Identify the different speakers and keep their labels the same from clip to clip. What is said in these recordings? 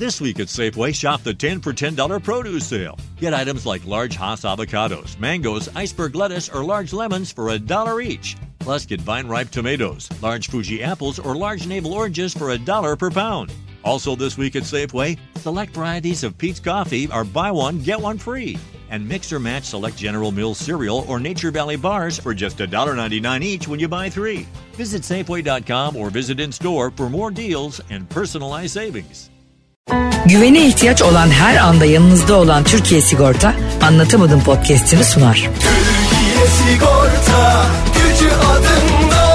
Speaker 1: This week at Safeway, shop the 10 for $10 produce sale. Get items like large Haas avocados, mangoes, iceberg lettuce, or large lemons for a dollar each. Plus, get vine ripe tomatoes, large Fuji apples, or large navel oranges for a dollar per pound. Also, this week at Safeway, select varieties of Pete's Coffee are buy one, get one free. And mix or match select General Mills cereal or Nature Valley bars for just $1.99 each when you buy three. Visit Safeway.com or visit in store for more deals and personalized savings.
Speaker 2: Güvene ihtiyaç olan her anda yanınızda olan Türkiye Sigorta Anlatamadım podcast'ini sunar.
Speaker 3: Türkiye Sigorta Gücü adında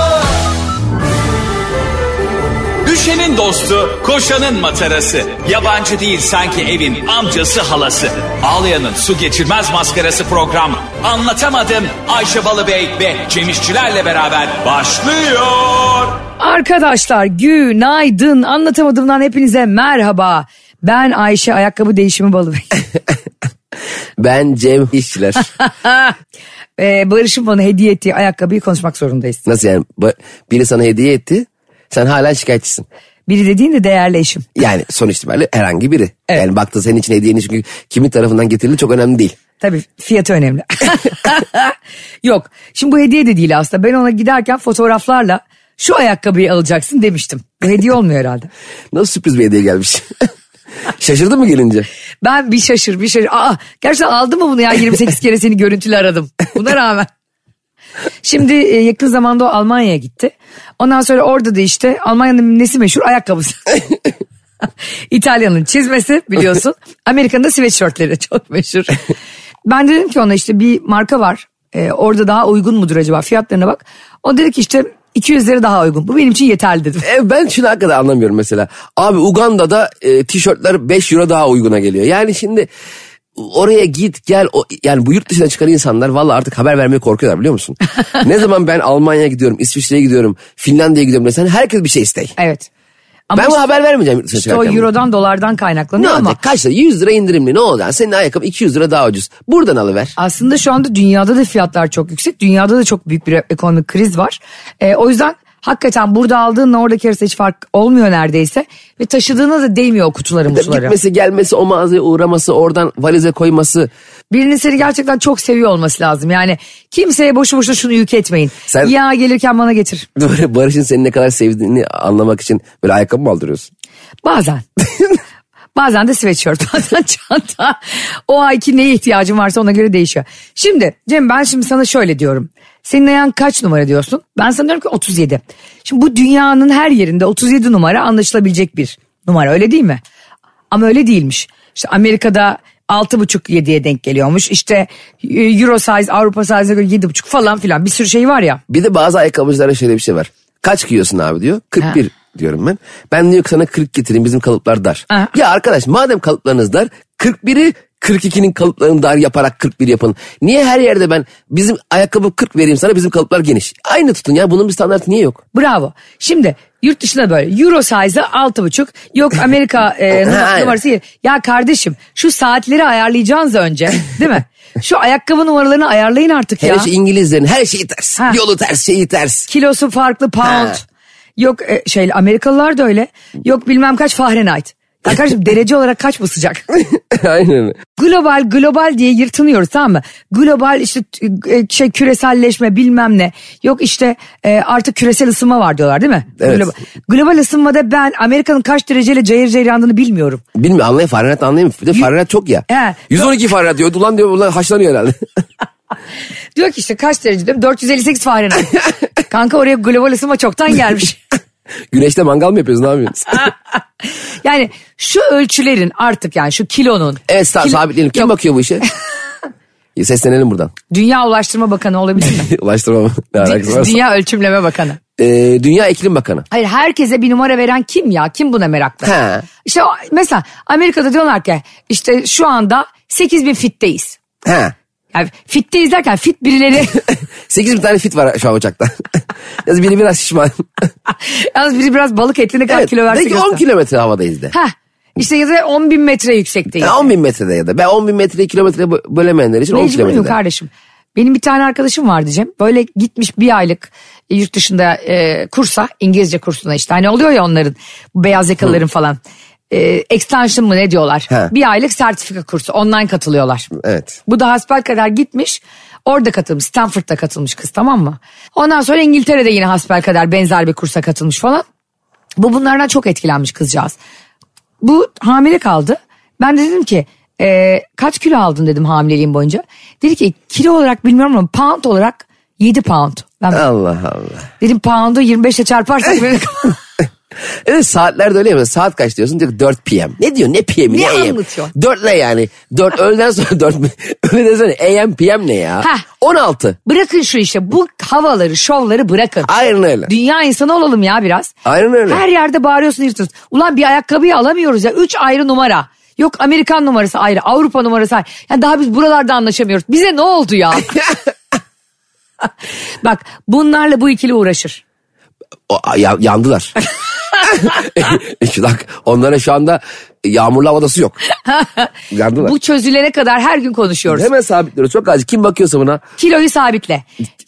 Speaker 4: Düşenin dostu, koşanın matarası. Yabancı değil sanki evin amcası halası. Ağlayanın su geçirmez maskarası program. Anlatamadım Ayşe Balıbey ve Cemişçilerle beraber başlıyor.
Speaker 2: Arkadaşlar günaydın anlatamadığımdan hepinize merhaba. Ben Ayşe Ayakkabı Değişimi Balıbey.
Speaker 5: Ben Cem İşçiler.
Speaker 2: ee, Barış'ın bana hediye ettiği ayakkabıyı konuşmak zorundayız.
Speaker 5: Nasıl yani? Ba- Biri sana hediye etti. Sen hala şikayetçisin.
Speaker 2: Biri dediğin de değerli eşim.
Speaker 5: Yani sonuç itibariyle herhangi biri.
Speaker 2: Evet.
Speaker 5: Yani baktı senin için hediyeni çünkü kimin tarafından getirildi çok önemli değil.
Speaker 2: Tabii fiyatı önemli. Yok şimdi bu hediye de değil aslında. Ben ona giderken fotoğraflarla şu ayakkabıyı alacaksın demiştim. Bu hediye olmuyor herhalde.
Speaker 5: Nasıl sürpriz bir hediye gelmiş. Şaşırdın mı gelince?
Speaker 2: Ben bir şaşır bir şaşır. Aa, gerçekten aldı mı bunu ya 28 kere seni görüntülü aradım. Buna rağmen. Şimdi e, yakın zamanda o Almanya'ya gitti. Ondan sonra orada da işte Almanya'nın nesi meşhur? Ayakkabısı. İtalya'nın çizmesi biliyorsun. Amerika'nın da sweatshirtleri çok meşhur. Ben de dedim ki ona işte bir marka var. E, orada daha uygun mudur acaba? Fiyatlarına bak. O dedi ki işte 200 lira daha uygun. Bu benim için yeterli dedim.
Speaker 5: E, ben şunu hakikaten anlamıyorum mesela. Abi Uganda'da e, tişörtler 5 euro daha uyguna geliyor. Yani şimdi oraya git gel o, yani bu yurt dışına çıkan insanlar valla artık haber vermeye korkuyorlar biliyor musun? ne zaman ben Almanya'ya gidiyorum, İsviçre'ye gidiyorum, Finlandiya'ya gidiyorum desen herkes bir şey istey.
Speaker 2: Evet. Ama
Speaker 5: ben bu
Speaker 2: işte,
Speaker 5: haber vermeyeceğim yurt dışına
Speaker 2: işte o
Speaker 5: çıkarken.
Speaker 2: eurodan dolardan kaynaklanıyor
Speaker 5: Ne
Speaker 2: ama.
Speaker 5: olacak? Kaç lira? 100 lira indirimli ne olacak? Senin ayakkabı 200 lira daha ucuz. Buradan alıver.
Speaker 2: Aslında şu anda dünyada da fiyatlar çok yüksek. Dünyada da çok büyük bir ekonomik kriz var. Ee, o yüzden hakikaten burada aldığınla oradaki arasında hiç fark olmuyor neredeyse. Ve taşıdığına da değmiyor o kutuları musuları.
Speaker 5: Gitmesi gelmesi o mağazaya uğraması oradan valize koyması.
Speaker 2: Birinin seni gerçekten çok seviyor olması lazım. Yani kimseye boşu boşuna şunu yük etmeyin.
Speaker 5: Sen-
Speaker 2: Ya gelirken bana getir.
Speaker 5: Böyle Barış'ın seni ne kadar sevdiğini anlamak için böyle ayakkabı mı aldırıyorsun?
Speaker 2: Bazen. bazen de sweatshirt, bazen çanta. O ayki neye ihtiyacın varsa ona göre değişiyor. Şimdi Cem ben şimdi sana şöyle diyorum. Senin ayağın kaç numara diyorsun? Ben sana diyorum ki 37. Şimdi bu dünyanın her yerinde 37 numara anlaşılabilecek bir numara öyle değil mi? Ama öyle değilmiş. İşte Amerika'da 6,5-7'ye denk geliyormuş. İşte e, Euro size, Avrupa size'e göre 7,5 falan filan bir sürü şey var ya.
Speaker 5: Bir de bazı ayakkabıcılara şöyle bir şey var. Kaç giyiyorsun abi diyor. 41
Speaker 2: Ha.
Speaker 5: diyorum ben. Ben diyor ki sana 40 getireyim bizim kalıplar dar.
Speaker 2: Ha.
Speaker 5: Ya arkadaş madem kalıplarınız dar 41'i 42'nin kalıplarını dar yaparak 41 yapın. Niye her yerde ben bizim ayakkabı 40 vereyim sana bizim kalıplar geniş. Aynı tutun ya bunun bir standartı niye yok?
Speaker 2: Bravo. Şimdi yurt dışına böyle euro size altı buçuk yok Amerika e, num-
Speaker 5: Aynen.
Speaker 2: numarası yedi. ya kardeşim şu saatleri ayarlayacaksınız önce değil mi? Şu ayakkabı numaralarını ayarlayın artık
Speaker 5: Her
Speaker 2: ya.
Speaker 5: şey İngilizlerin her şeyi ters.
Speaker 2: Ha.
Speaker 5: Yolu ters şeyi ters.
Speaker 2: Kilosu farklı pound.
Speaker 5: Ha.
Speaker 2: Yok e, şey Amerikalılar da öyle. Yok bilmem kaç Fahrenheit. Ya kardeşim derece olarak kaç bu sıcak?
Speaker 5: Aynen.
Speaker 2: global global diye yırtınıyoruz tamam mı? Global işte e, şey küreselleşme bilmem ne. Yok işte e, artık küresel ısınma var diyorlar değil mi?
Speaker 5: Evet.
Speaker 2: Global, global ısınmada ben Amerika'nın kaç dereceyle cayır cayır yandığını bilmiyorum.
Speaker 5: Bilmiyorum anlayın Fahrenheit anlayamıyorum. Bir de Fahrenheit çok ya.
Speaker 2: He.
Speaker 5: 112 Fahrenheit diyor. Ulan diyor ulan haşlanıyor herhalde.
Speaker 2: Diyor ki işte kaç derece diyorum 458 Fahrenheit. Kanka oraya global ısınma çoktan gelmiş.
Speaker 5: Güneşte mangal mı yapıyorsun ne yapıyorsun?
Speaker 2: yani şu ölçülerin artık yani şu kilonun.
Speaker 5: evet sa-
Speaker 2: kilo-
Speaker 5: sabitleyelim. Kim
Speaker 2: Yok,
Speaker 5: bakıyor bu işe? Ya Seslenelim buradan.
Speaker 2: Dünya Ulaştırma Bakanı olabilir mi?
Speaker 5: Ulaştırma ne alakası varsa.
Speaker 2: Dünya Ölçümleme Bakanı.
Speaker 5: Ee, Dünya Eklim Bakanı.
Speaker 2: Hayır herkese bir numara veren kim ya? Kim buna meraklı?
Speaker 5: He.
Speaker 2: İşte o- mesela Amerika'da diyorlar ki işte şu anda 8 bin fitteyiz.
Speaker 5: He.
Speaker 2: Yani fitteyiz derken fit birileri
Speaker 5: 8 bin tane fit var şu an ocakta. Yalnız biri biraz şişman.
Speaker 2: yalnız biri biraz balık etini kaç
Speaker 5: Evet,
Speaker 2: kilo verse
Speaker 5: de ki 10
Speaker 2: göster.
Speaker 5: kilometre havadayız de.
Speaker 2: Heh. İşte ya da 10 bin metre yüksekteyiz.
Speaker 5: Ha, 10 bin metrede ya da. Ben 10 bin metreyi kilometreye bö- bölemeyenler için 10
Speaker 2: Mecbur muyum
Speaker 5: kilometrede.
Speaker 2: kardeşim? Benim bir tane arkadaşım vardı Cem. Böyle gitmiş bir aylık e, yurt dışında e, kursa, İngilizce kursuna işte. Hani oluyor ya onların bu beyaz yakalıların falan. e, extension mı ne diyorlar.
Speaker 5: He.
Speaker 2: Bir aylık sertifika kursu online katılıyorlar.
Speaker 5: Evet.
Speaker 2: Bu da hasbelkader gitmiş. Orada katılmış. Stanford'da katılmış kız tamam mı? Ondan sonra İngiltere'de yine hasbelkader benzer bir kursa katılmış falan. Bu bunlardan çok etkilenmiş kızcağız. Bu hamile kaldı. Ben de dedim ki e, kaç kilo aldın dedim hamileliğim boyunca. Dedi ki kilo olarak bilmiyorum ama pound olarak 7 pound. Ben
Speaker 5: Allah Allah.
Speaker 2: dedim pound'u 25'e çarparsak böyle-
Speaker 5: Evet saatlerde öyle mi? Saat kaç diyorsun? Diyor ki 4 p.m. Ne diyor? Ne p.m.
Speaker 2: Ne
Speaker 5: ne a.m.
Speaker 2: anlatıyorsun?
Speaker 5: 4 ne yani? 4 öğleden sonra 4 mi? Öyle desene a.m. p.m. ne ya?
Speaker 2: Heh.
Speaker 5: 16.
Speaker 2: bırakın şu işte bu havaları şovları bırakın.
Speaker 5: Aynen öyle.
Speaker 2: Dünya insanı olalım ya biraz.
Speaker 5: Aynen öyle.
Speaker 2: Her yerde bağırıyorsun yırtıyorsun. Ulan bir ayakkabıyı alamıyoruz ya. Üç ayrı numara. Yok Amerikan numarası ayrı, Avrupa numarası ayrı. Yani daha biz buralarda anlaşamıyoruz. Bize ne oldu ya? Bak bunlarla bu ikili uğraşır.
Speaker 5: O, a- ya- yandılar. İki dakika. Onlara şu anda yağmurlu havadası yok. Yandılar.
Speaker 2: Bu çözülene kadar her gün konuşuyoruz.
Speaker 5: Hemen sabitliyoruz. Çok acil. Kim bakıyorsa buna
Speaker 2: Kiloyu sabitle.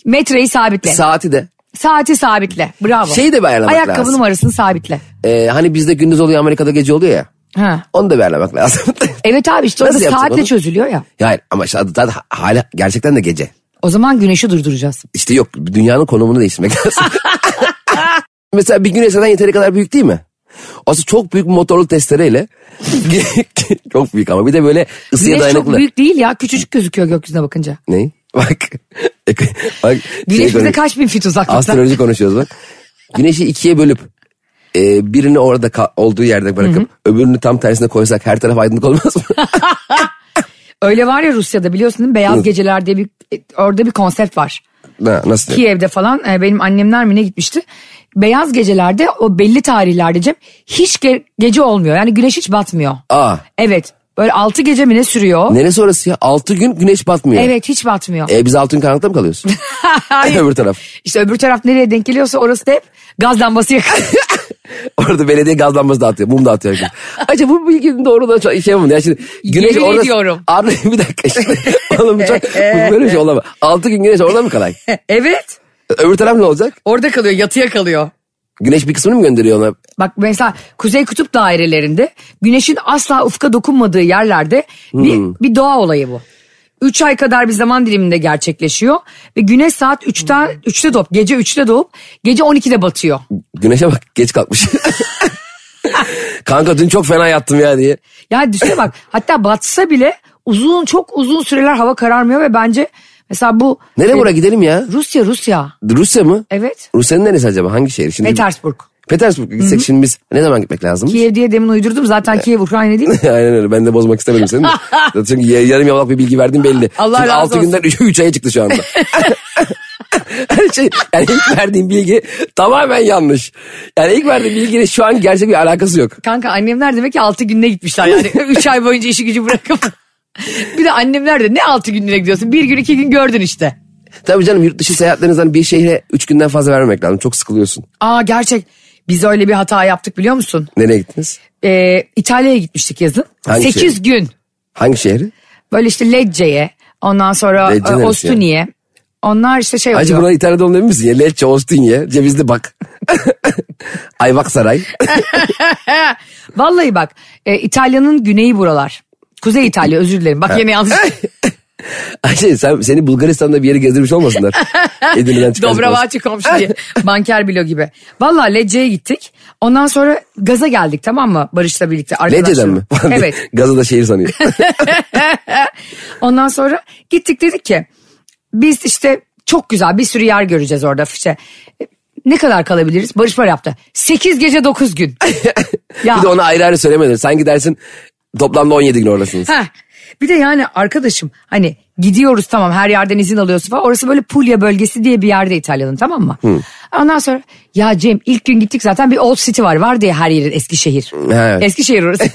Speaker 2: Metreyi sabitle.
Speaker 5: saati de.
Speaker 2: saati sabitle. Bravo.
Speaker 5: Şeyi Şey de bir ayarlamak
Speaker 2: Ayakkabı
Speaker 5: lazım.
Speaker 2: numarasını sabitle.
Speaker 5: Ee, hani bizde gündüz oluyor Amerika'da gece oluyor ya.
Speaker 2: Ha.
Speaker 5: Onu da verlemek lazım.
Speaker 2: Evet abi işte orada
Speaker 5: Nasıl yapacak
Speaker 2: saatle
Speaker 5: onu?
Speaker 2: çözülüyor ya.
Speaker 5: yani ama işte zaten ha- hala gerçekten de gece.
Speaker 2: O zaman güneşi durduracağız.
Speaker 5: İşte yok dünyanın konumunu değiştirmek lazım. Mesela bir güneş zaten yeteri kadar büyük değil mi? Aslında çok büyük bir motorlu testereyle çok büyük ama bir de böyle ısıya
Speaker 2: Güneş
Speaker 5: dayanıklı.
Speaker 2: çok büyük değil ya. Küçücük gözüküyor gökyüzüne bakınca.
Speaker 5: Ne? Bak. bak şey
Speaker 2: Güneş bize
Speaker 5: konuş-
Speaker 2: kaç bin fit uzaklıkta.
Speaker 5: Astroloji konuşuyoruz bak. Güneşi ikiye bölüp e, birini orada ka- olduğu yerde bırakıp öbürünü tam tersine koysak her taraf aydınlık olmaz mı?
Speaker 2: Öyle var ya Rusya'da biliyorsun değil mi? Beyaz Geceler diye bir e, orada bir konsept var.
Speaker 5: Ha, Nasıl? diyor?
Speaker 2: Kiev'de falan e, benim annemler mi ne gitmişti. Beyaz gecelerde o belli tarihlerde Cem hiç ge- gece olmuyor. Yani güneş hiç batmıyor.
Speaker 5: Aa.
Speaker 2: Evet. Böyle 6 gece mi ne sürüyor?
Speaker 5: Neresi orası ya? Altı gün güneş batmıyor.
Speaker 2: Evet hiç batmıyor.
Speaker 5: E, biz altı gün karanlıkta mı kalıyoruz? Öbür taraf.
Speaker 2: İşte öbür taraf nereye denk geliyorsa orası da hep gaz lambası yakıyor.
Speaker 5: Orada belediye gaz lambası dağıtıyor. Mum dağıtıyor. herkes. Acaba bu bilginin doğru da çok şey mi? Ya şimdi güneş
Speaker 2: Yemin
Speaker 5: orada...
Speaker 2: ediyorum.
Speaker 5: Abi bir dakika şimdi. Oğlum çok böyle bir şey olamaz. Altı gün güneş orada mı kalay?
Speaker 2: evet.
Speaker 5: Öbür taraf ne olacak?
Speaker 2: Orada kalıyor yatıya kalıyor.
Speaker 5: Güneş bir kısmını mı gönderiyor ona?
Speaker 2: Bak mesela Kuzey Kutup dairelerinde güneşin asla ufka dokunmadığı yerlerde bir, bir doğa olayı bu. 3 ay kadar bir zaman diliminde gerçekleşiyor ve güneş saat 3'ten 3'te doğup gece 3'te doğup gece 12'de batıyor.
Speaker 5: Güneşe bak geç kalkmış. Kanka dün çok fena yattım ya diye.
Speaker 2: Yani düşüne bak hatta batsa bile uzun çok uzun süreler hava kararmıyor ve bence mesela bu
Speaker 5: Nereye
Speaker 2: e,
Speaker 5: buraya gidelim ya?
Speaker 2: Rusya Rusya
Speaker 5: Rusya mı?
Speaker 2: evet
Speaker 5: Rusya'nın neresi acaba? Hangi şehir? Şimdi
Speaker 2: Petersburg.
Speaker 5: Petersburg'a gitsek şimdi biz ne zaman gitmek lazım?
Speaker 2: Kiev diye demin uydurdum zaten Kiev Ukrayna değil mi?
Speaker 5: Aynen öyle. Ben de bozmak istemedim seni. de. Zaten Çünkü ya- yarım yamalak bir bilgi verdim belli.
Speaker 2: Allah
Speaker 5: Çünkü
Speaker 2: razı
Speaker 5: 6 günden 3, aya çıktı şu anda. Her şey, yani ilk verdiğim bilgi tamamen yanlış. Yani ilk verdiğim bilginin şu an gerçek bir alakası yok.
Speaker 2: Kanka annemler demek ki 6 günde gitmişler yani. 3 ay boyunca işi gücü bırakıp. bir de annemler de ne 6 günlüğüne gidiyorsun? Bir gün iki gün gördün işte.
Speaker 5: Tabii canım yurt dışı seyahatlerinizden bir şehre 3 günden fazla vermemek lazım. Çok sıkılıyorsun.
Speaker 2: Aa gerçek. Biz öyle bir hata yaptık biliyor musun?
Speaker 5: Nereye gittiniz?
Speaker 2: Ee, İtalya'ya gitmiştik yazın.
Speaker 5: Hangi
Speaker 2: 8
Speaker 5: şehir?
Speaker 2: gün.
Speaker 5: Hangi şehri?
Speaker 2: Böyle işte Lecce'ye. Ondan sonra
Speaker 5: Lecce
Speaker 2: e,
Speaker 5: neresi
Speaker 2: Ostuni'ye. Onlar işte şey
Speaker 5: Hacı
Speaker 2: oluyor.
Speaker 5: buna İtalya'da olmayan misin? Ya Lecce, Ostinye, Cevizli Bak. Ayvak Saray.
Speaker 2: Vallahi bak e, İtalya'nın güneyi buralar. Kuzey İtalya özür dilerim. Bak yine yanlış.
Speaker 5: Ayşe sen, seni Bulgaristan'da bir yere gezdirmiş olmasınlar. Edirne'den çıkan.
Speaker 2: Dobravaçı komşu diye. Banker bilo gibi. Valla Lecce'ye gittik. Ondan sonra gaza geldik tamam mı? Barış'la birlikte arkadaşlar.
Speaker 5: Lecce'den mi?
Speaker 2: evet.
Speaker 5: Gazı da şehir sanıyor.
Speaker 2: Ondan sonra gittik dedik ki biz işte çok güzel bir sürü yer göreceğiz orada. İşte ne kadar kalabiliriz? Barış var yaptı. 8 gece 9 gün. ya.
Speaker 5: Bir de ona ayrı ayrı söylemedin. Sanki dersin toplamda 17 gün oradasınız.
Speaker 2: Heh. Bir de yani arkadaşım hani gidiyoruz tamam her yerden izin alıyorsun falan. Orası böyle Puglia bölgesi diye bir yerde İtalya'nın tamam mı? Ondan sonra ya Cem ilk gün gittik zaten bir Old City var. Var diye her yerin Eskişehir.
Speaker 5: Evet.
Speaker 2: Eskişehir orası.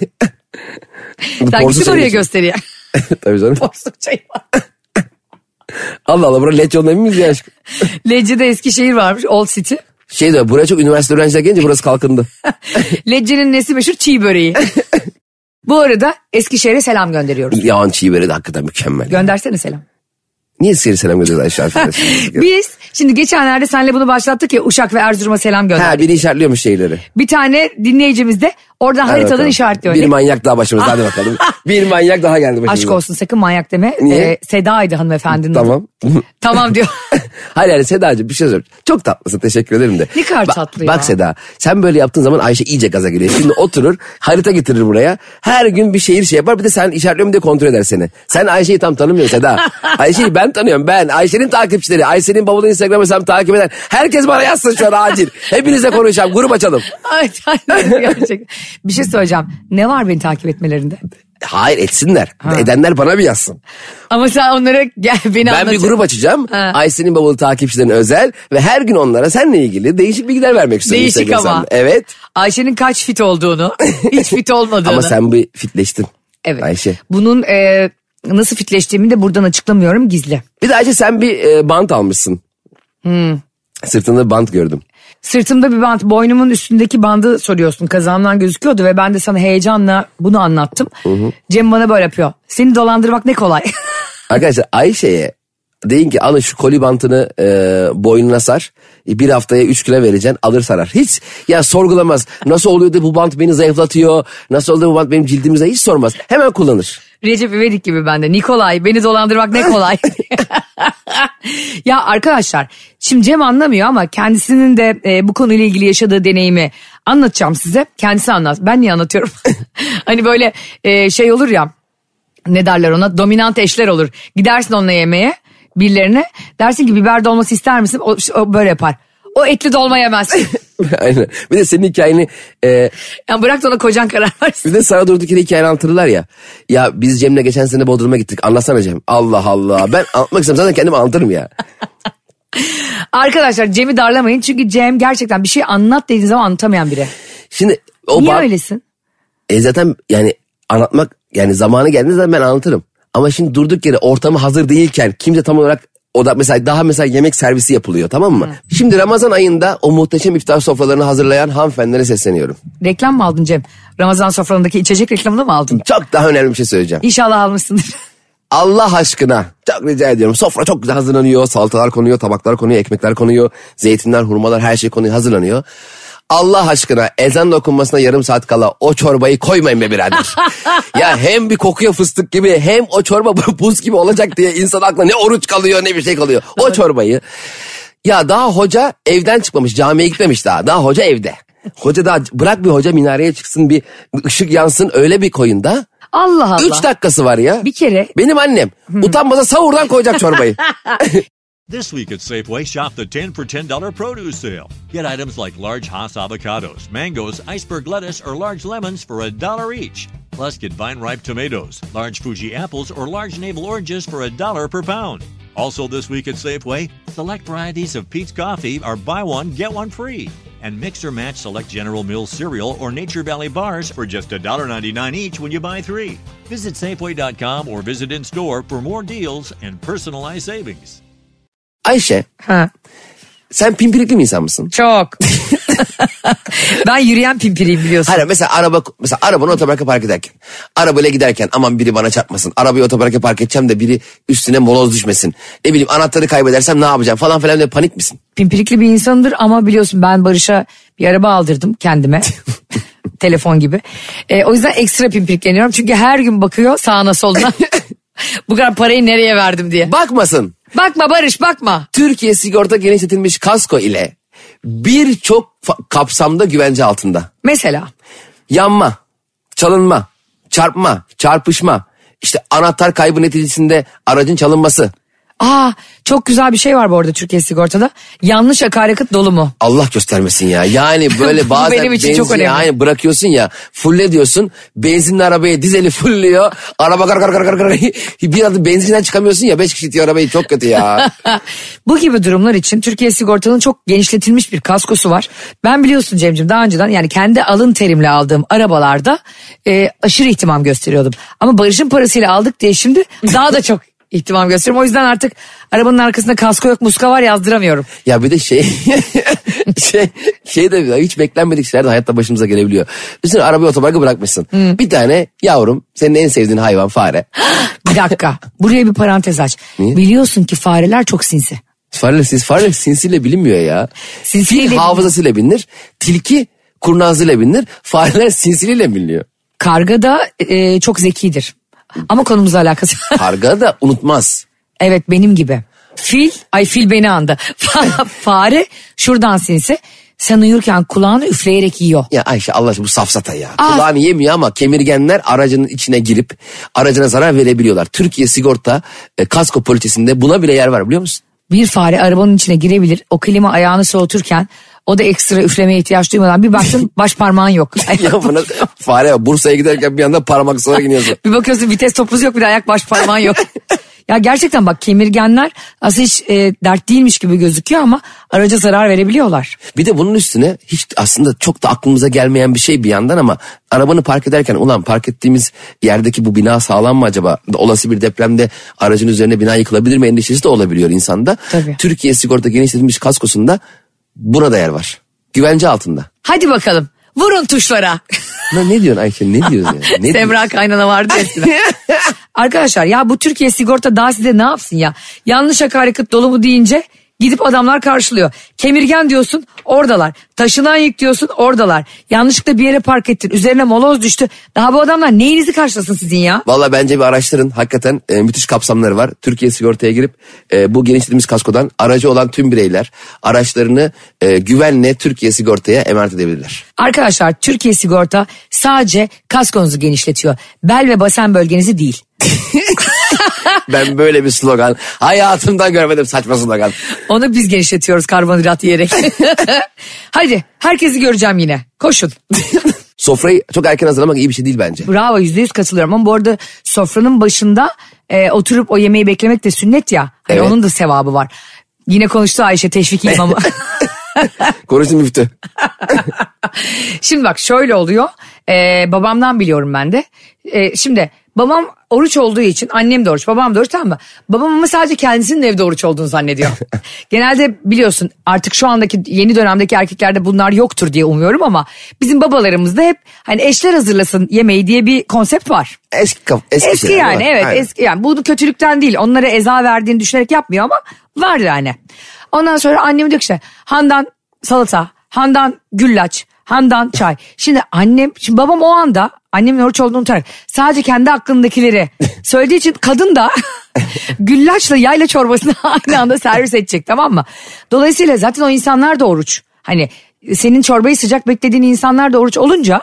Speaker 2: Sen
Speaker 5: Porsu
Speaker 2: gitsin oraya
Speaker 5: söylüyorsun.
Speaker 2: gösteriyor.
Speaker 5: Tabii canım.
Speaker 2: Porsu çayı var.
Speaker 5: Allah Allah buraya Lecce olmayan miyiz ya aşkım?
Speaker 2: Lecce'de Eskişehir varmış Old City.
Speaker 5: Şey diyor buraya çok üniversite öğrenciler gelince burası kalkındı.
Speaker 2: Lecce'nin nesi meşhur çiğ böreği. Bu arada Eskişehir'e selam gönderiyoruz.
Speaker 5: Yavan çiğ böreği de hakikaten mükemmel.
Speaker 2: Göndersene selam.
Speaker 5: Niye seri selam gönderiyoruz Ayşe Harfi'de?
Speaker 2: Biz şimdi geçenlerde seninle bunu başlattık ya Uşak ve Erzurum'a selam gönderdik.
Speaker 5: ha biri işaretliyormuş şeyleri.
Speaker 2: Bir tane dinleyicimiz de Oradan
Speaker 5: Hadi
Speaker 2: haritadan
Speaker 5: bakalım.
Speaker 2: işaretliyor.
Speaker 5: Bir
Speaker 2: Ne-
Speaker 5: manyak daha başımızda hadi bakalım. bir manyak daha geldi başımıza.
Speaker 2: Aşk olsun sakın manyak deme.
Speaker 5: Niye?
Speaker 2: Seda'ydı hanımefendinin. adı.
Speaker 5: Tamam.
Speaker 2: Tamam diyor.
Speaker 5: Hayır yani Sedacığım bir şey söyleyeceğim. Çok tatlısın teşekkür ederim de.
Speaker 2: Ne kadar
Speaker 5: Bak-
Speaker 2: tatlı ya.
Speaker 5: Bak Seda sen böyle yaptığın zaman Ayşe iyice gaza geliyor. Şimdi oturur harita getirir buraya. Her gün bir şehir şey yapar bir de sen işaretliyor mu diye kontrol eder seni. Sen Ayşe'yi tam tanımıyorsun Seda. Ayşe'yi ben tanıyorum ben. Ayşe'nin takipçileri. Ayşe'nin babadan Instagram hesabını takip eden. Herkes bana yazsın şu an acil. Hepinizle konuşacağım grup açalım.
Speaker 2: Ay tanrım gerçekten. Bir şey söyleyeceğim. Ne var beni takip etmelerinde?
Speaker 5: Hayır etsinler. Edenler bana bir yazsın.
Speaker 2: Ama sen onlara gel beni
Speaker 5: ben
Speaker 2: anlat.
Speaker 5: bir grup açacağım.
Speaker 2: Ha.
Speaker 5: Ayşe'nin babalı takipçilerine özel ve her gün onlara seninle ilgili değişik bilgiler vermek istiyorum.
Speaker 2: Değişik
Speaker 5: Instagram
Speaker 2: ama.
Speaker 5: hesabında. Evet.
Speaker 2: Ayşe'nin kaç fit olduğunu, hiç fit olmadığını.
Speaker 5: Ama sen bir fitleştin.
Speaker 2: evet.
Speaker 5: Ayşe.
Speaker 2: Bunun e, nasıl fitleştiğimi de buradan açıklamıyorum gizli.
Speaker 5: Bir de Ayşe sen bir e, bant almışsın.
Speaker 2: Hmm.
Speaker 5: Sırtında bant gördüm.
Speaker 2: Sırtımda bir bant, boynumun üstündeki bandı soruyorsun. Kazağımdan gözüküyordu ve ben de sana heyecanla bunu anlattım. Cem bana böyle yapıyor. Seni dolandırmak ne kolay.
Speaker 5: Arkadaşlar Ayşe'ye deyin ki alın şu koli bantını e, boynuna sar. E, Bir haftaya 3 kilo vereceksin alır sarar. Hiç ya sorgulamaz. Nasıl oluyor da bu bant beni zayıflatıyor. Nasıl oluyor da bu bant benim cildimize hiç sormaz. Hemen kullanır.
Speaker 2: Recep İvedik gibi ben de. Nikolay beni dolandırmak ne kolay. ya arkadaşlar şimdi Cem anlamıyor ama kendisinin de e, bu konuyla ilgili yaşadığı deneyimi anlatacağım size. Kendisi anlat. Ben niye anlatıyorum? hani böyle e, şey olur ya ne derler ona dominant eşler olur. Gidersin onunla yemeğe birilerine dersin ki biber dolması ister misin? O, o böyle yapar. O etli dolma yemez.
Speaker 5: Aynen. Bir de senin hikayeni e,
Speaker 2: yani bırak da ona kocan karar versin.
Speaker 5: Bir de sana durduk yere hikaye anlatırlar ya. Ya biz Cem'le geçen sene Bodrum'a gittik. Anlatsana Cem. Allah Allah. Ben anlatmak istem zaten kendim anlatırım ya.
Speaker 2: Arkadaşlar Cem'i darlamayın çünkü Cem gerçekten bir şey anlat dediğin zaman anlatamayan biri.
Speaker 5: Şimdi o
Speaker 2: Niye
Speaker 5: bar-
Speaker 2: öylesin?
Speaker 5: E zaten yani anlatmak yani zamanı geldiğinde zaten ben anlatırım. Ama şimdi durduk yere ortamı hazır değilken kimse tam olarak o da mesela daha mesela yemek servisi yapılıyor tamam mı? Şimdi Ramazan ayında o muhteşem iftar sofralarını hazırlayan hanımefendilere sesleniyorum.
Speaker 2: Reklam mı aldın Cem? Ramazan sofralarındaki içecek reklamını mı aldın?
Speaker 5: Çok daha önemli bir şey söyleyeceğim.
Speaker 2: İnşallah almışsındır.
Speaker 5: Allah aşkına çok rica ediyorum. Sofra çok güzel hazırlanıyor. Salatalar konuyor, tabaklar konuyor, ekmekler konuyor. Zeytinler, hurmalar her şey konuyor, hazırlanıyor. Allah aşkına ezan okunmasına yarım saat kala o çorbayı koymayın be birader. ya hem bir kokuyor fıstık gibi hem o çorba buz gibi olacak diye insan aklına ne oruç kalıyor ne bir şey kalıyor. O çorbayı ya daha hoca evden çıkmamış camiye gitmemiş daha. Daha hoca evde. Hoca daha bırak bir hoca minareye çıksın bir ışık yansın öyle bir koyun da.
Speaker 2: Allah Allah.
Speaker 5: Üç dakikası var ya.
Speaker 2: Bir kere- Hmm.
Speaker 5: Benim annem utanmasa savurdan koyacak çorbayı.
Speaker 1: This week at Safeway, shop the 10 for $10 produce sale. Get items like large Hass avocados, mangoes, iceberg lettuce, or large lemons for a dollar each. Plus, get vine ripe tomatoes, large Fuji apples, or large navel oranges for a dollar per pound. Also, this week at Safeway, select varieties of Pete's Coffee are buy one, get one free. And mix or match select General Mills cereal or Nature Valley bars for just $1.99 each when you buy three. Visit Safeway.com or visit in store for more deals and personalized savings.
Speaker 5: Ayşe
Speaker 2: Ha,
Speaker 5: sen pimpirikli bir insan mısın?
Speaker 2: çok. ben yürüyen pimpiriyim biliyorsun.
Speaker 5: Hayır mesela araba mesela arabanı otoparka park ederken arabayla giderken aman biri bana çarpmasın arabayı otoparka park edeceğim de biri üstüne moloz düşmesin ne bileyim anahtarı kaybedersem ne yapacağım falan filan diye panik misin?
Speaker 2: Pimpirikli bir insandır ama biliyorsun ben Barış'a bir araba aldırdım kendime. Telefon gibi. E, o yüzden ekstra pimpirikleniyorum. Çünkü her gün bakıyor sağına soluna. Bu kadar parayı nereye verdim diye.
Speaker 5: Bakmasın
Speaker 2: Bakma Barış bakma.
Speaker 5: Türkiye sigorta genişletilmiş kasko ile birçok fa- kapsamda güvence altında.
Speaker 2: Mesela
Speaker 5: yanma, çalınma, çarpma, çarpışma, işte anahtar kaybı neticesinde aracın çalınması.
Speaker 2: Aa çok güzel bir şey var bu arada Türkiye sigortada. Yanlış akaryakıt dolumu.
Speaker 5: Allah göstermesin ya. Yani böyle
Speaker 2: Bu
Speaker 5: bazen
Speaker 2: benim için çok
Speaker 5: benzin-
Speaker 2: önemli.
Speaker 5: yani bırakıyorsun ya. Fulle diyorsun. Benzinli arabaya dizeli fulluyor. Araba kar kar kar kar kar. Bir anda benzinden çıkamıyorsun ya. Beş kişi itiyor arabayı çok kötü ya.
Speaker 2: Bu gibi durumlar için Türkiye Sigortalı'nın çok genişletilmiş bir kaskosu var. Ben biliyorsun Cem'ciğim daha önceden yani kendi alın terimle aldığım arabalarda e, aşırı ihtimam gösteriyordum. Ama Barış'ın parasıyla aldık diye şimdi daha da çok ihtimam gösteriyorum. O yüzden artık arabanın arkasında kasko yok muska var yazdıramıyorum.
Speaker 5: Ya bir de şey şey şey de ya hiç beklenmedik şeyler de hayatta başımıza gelebiliyor. Üstüne arabayı otoparka bırakmışsın. Bir tane yavrum senin en sevdiğin hayvan fare.
Speaker 2: Bir dakika buraya bir parantez aç. Biliyorsun ki fareler çok sinsi.
Speaker 5: Farla, siz, farla sinsiyle bilinmiyor ya.
Speaker 2: Sinsiyle
Speaker 5: Fil
Speaker 2: bilinmiyor.
Speaker 5: hafızasıyla bilinir. Tilki kurnazlıyla bilinir. Fareler sinsiliyle biliniyor.
Speaker 2: Karga da e, çok zekidir. Ama konumuzla alakası.
Speaker 5: Karga da unutmaz.
Speaker 2: evet benim gibi. Fil, ay fil beni andı. Fare şuradan sinsi. Sen uyurken kulağını üfleyerek yiyor.
Speaker 5: Ya Ayşe Allah aşkına bu safsata ya.
Speaker 2: Ah.
Speaker 5: Kulağını yemiyor ama kemirgenler aracının içine girip aracına zarar verebiliyorlar. Türkiye sigorta e, kasko poliçesinde buna bile yer var biliyor musun?
Speaker 2: Bir fare arabanın içine girebilir. O klima ayağını soğuturken o da ekstra üflemeye ihtiyaç duymadan bir baktın baş parmağın yok.
Speaker 5: ya buna fare ya, Bursa'ya giderken bir anda parmak sağa iniyorsun.
Speaker 2: Bir bakıyorsun vites topuzu yok bir de ayak baş parmağın yok. ya gerçekten bak kemirgenler aslında hiç e, dert değilmiş gibi gözüküyor ama araca zarar verebiliyorlar.
Speaker 5: Bir de bunun üstüne hiç aslında çok da aklımıza gelmeyen bir şey bir yandan ama arabanı park ederken ulan park ettiğimiz yerdeki bu bina sağlam mı acaba? Olası bir depremde aracın üzerine bina yıkılabilir mi endişesi de olabiliyor insanda.
Speaker 2: Tabii.
Speaker 5: Türkiye sigorta genişletilmiş kaskosunda burada yer var. Güvence altında.
Speaker 2: Hadi bakalım vurun tuşlara.
Speaker 5: Lan ne diyorsun Ayşe ne diyorsun ya? Ne
Speaker 2: Semra
Speaker 5: diyorsun?
Speaker 2: kaynana vardı eskiden. Arkadaşlar ya bu Türkiye sigorta daha size ne yapsın ya? Yanlış akaryakıt dolumu deyince gidip adamlar karşılıyor. Kemirgen diyorsun oradalar. Taşınan yük diyorsun oradalar. Yanlışlıkla bir yere park ettin. Üzerine moloz düştü. Daha bu adamlar neyinizi karşılasın sizin ya?
Speaker 5: Valla bence bir araştırın. Hakikaten e, müthiş kapsamları var. Türkiye sigortaya girip e, bu genişletilmiş kaskodan aracı olan tüm bireyler araçlarını e, güvenle Türkiye sigortaya emanet edebilirler.
Speaker 2: Arkadaşlar Türkiye Sigorta sadece kaskonuzu genişletiyor. Bel ve basen bölgenizi değil.
Speaker 5: Ben böyle bir slogan hayatımdan görmedim saçma slogan.
Speaker 2: Onu biz genişletiyoruz karbonhidrat yiyerek. Hadi herkesi göreceğim yine. Koşun.
Speaker 5: Sofrayı çok erken hazırlamak iyi bir şey değil bence.
Speaker 2: Bravo yüzde yüz katılıyorum ama bu arada sofranın başında e, oturup o yemeği beklemek de sünnet ya. Hani
Speaker 5: Evet.
Speaker 2: Onun da sevabı var. Yine konuştu Ayşe Teşvik İmamı.
Speaker 5: Konuştum müftü.
Speaker 2: şimdi bak şöyle oluyor. E, babamdan biliyorum ben de. E, şimdi babam oruç olduğu için annem de oruç babam da oruç tamam mı? Babam ama sadece kendisinin evde oruç olduğunu zannediyor. Genelde biliyorsun artık şu andaki yeni dönemdeki erkeklerde bunlar yoktur diye umuyorum ama bizim babalarımızda hep hani eşler hazırlasın yemeği diye bir konsept var.
Speaker 5: Eski, kaf- eski,
Speaker 2: Eski
Speaker 5: şeyler,
Speaker 2: yani
Speaker 5: değil mi?
Speaker 2: evet
Speaker 5: Aynen.
Speaker 2: eski yani bu kötülükten değil onlara eza verdiğini düşünerek yapmıyor ama var yani. Ondan sonra annem diyor ki işte handan salata, handan güllaç, handan çay. Şimdi annem, şimdi babam o anda annemin oruç olduğunu unutarak sadece kendi aklındakileri söylediği için kadın da güllaçla yayla çorbasını aynı anda servis edecek tamam mı? Dolayısıyla zaten o insanlar da oruç. Hani senin çorbayı sıcak beklediğin insanlar da oruç olunca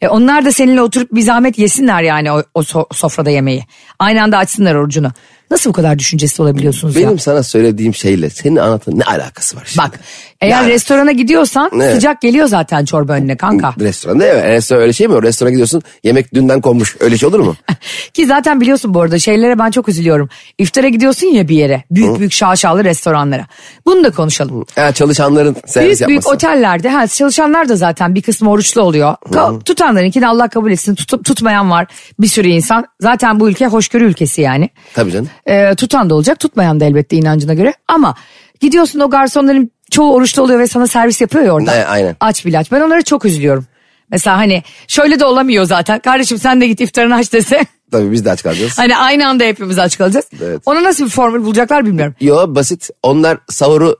Speaker 2: e onlar da seninle oturup bir zahmet yesinler yani o, o so- sofrada yemeği. Aynı anda açsınlar orucunu. Nasıl bu kadar düşüncesiz olabiliyorsunuz
Speaker 5: Benim
Speaker 2: ya?
Speaker 5: sana söylediğim şeyle senin anlattığın ne alakası var şimdi?
Speaker 2: Bak eğer
Speaker 5: Yani-
Speaker 2: restorana gidiyorsan
Speaker 5: Evet.
Speaker 2: sıcak geliyor zaten çorba önüne kanka.
Speaker 5: Restoranda evet. Restoran öyle şey mi? Restorana gidiyorsun yemek dünden konmuş. Öyle şey olur mu?
Speaker 2: Ki zaten biliyorsun bu arada şeylere ben çok üzülüyorum. İftara gidiyorsun ya bir yere büyük büyük şaşalı restoranlara. Bunu da konuşalım.
Speaker 5: Ha, çalışanların servis
Speaker 2: büyük büyük
Speaker 5: yapması.
Speaker 2: otellerde ha, çalışanlar da zaten bir kısmı oruçlu oluyor. Ka- Tutanlarınki de Allah kabul etsin tutup tutmayan var bir sürü insan. Zaten bu ülke hoşgörü ülkesi yani.
Speaker 5: Tabii canım.
Speaker 2: Ee, tutan da olacak tutmayan da elbette inancına göre ama gidiyorsun o garsonların çoğu oruçlu oluyor ve sana servis yapıyor ya orada.
Speaker 5: Ne, aynen.
Speaker 2: Aç bir aç ben onlara çok üzülüyorum. Mesela hani şöyle de olamıyor zaten kardeşim sen de git iftarını aç dese
Speaker 5: Tabii biz de aç kalacağız.
Speaker 2: hani aynı anda hepimiz aç kalacağız.
Speaker 5: Evet.
Speaker 2: Ona nasıl bir formül bulacaklar bilmiyorum.
Speaker 5: Yo basit. Onlar sahuru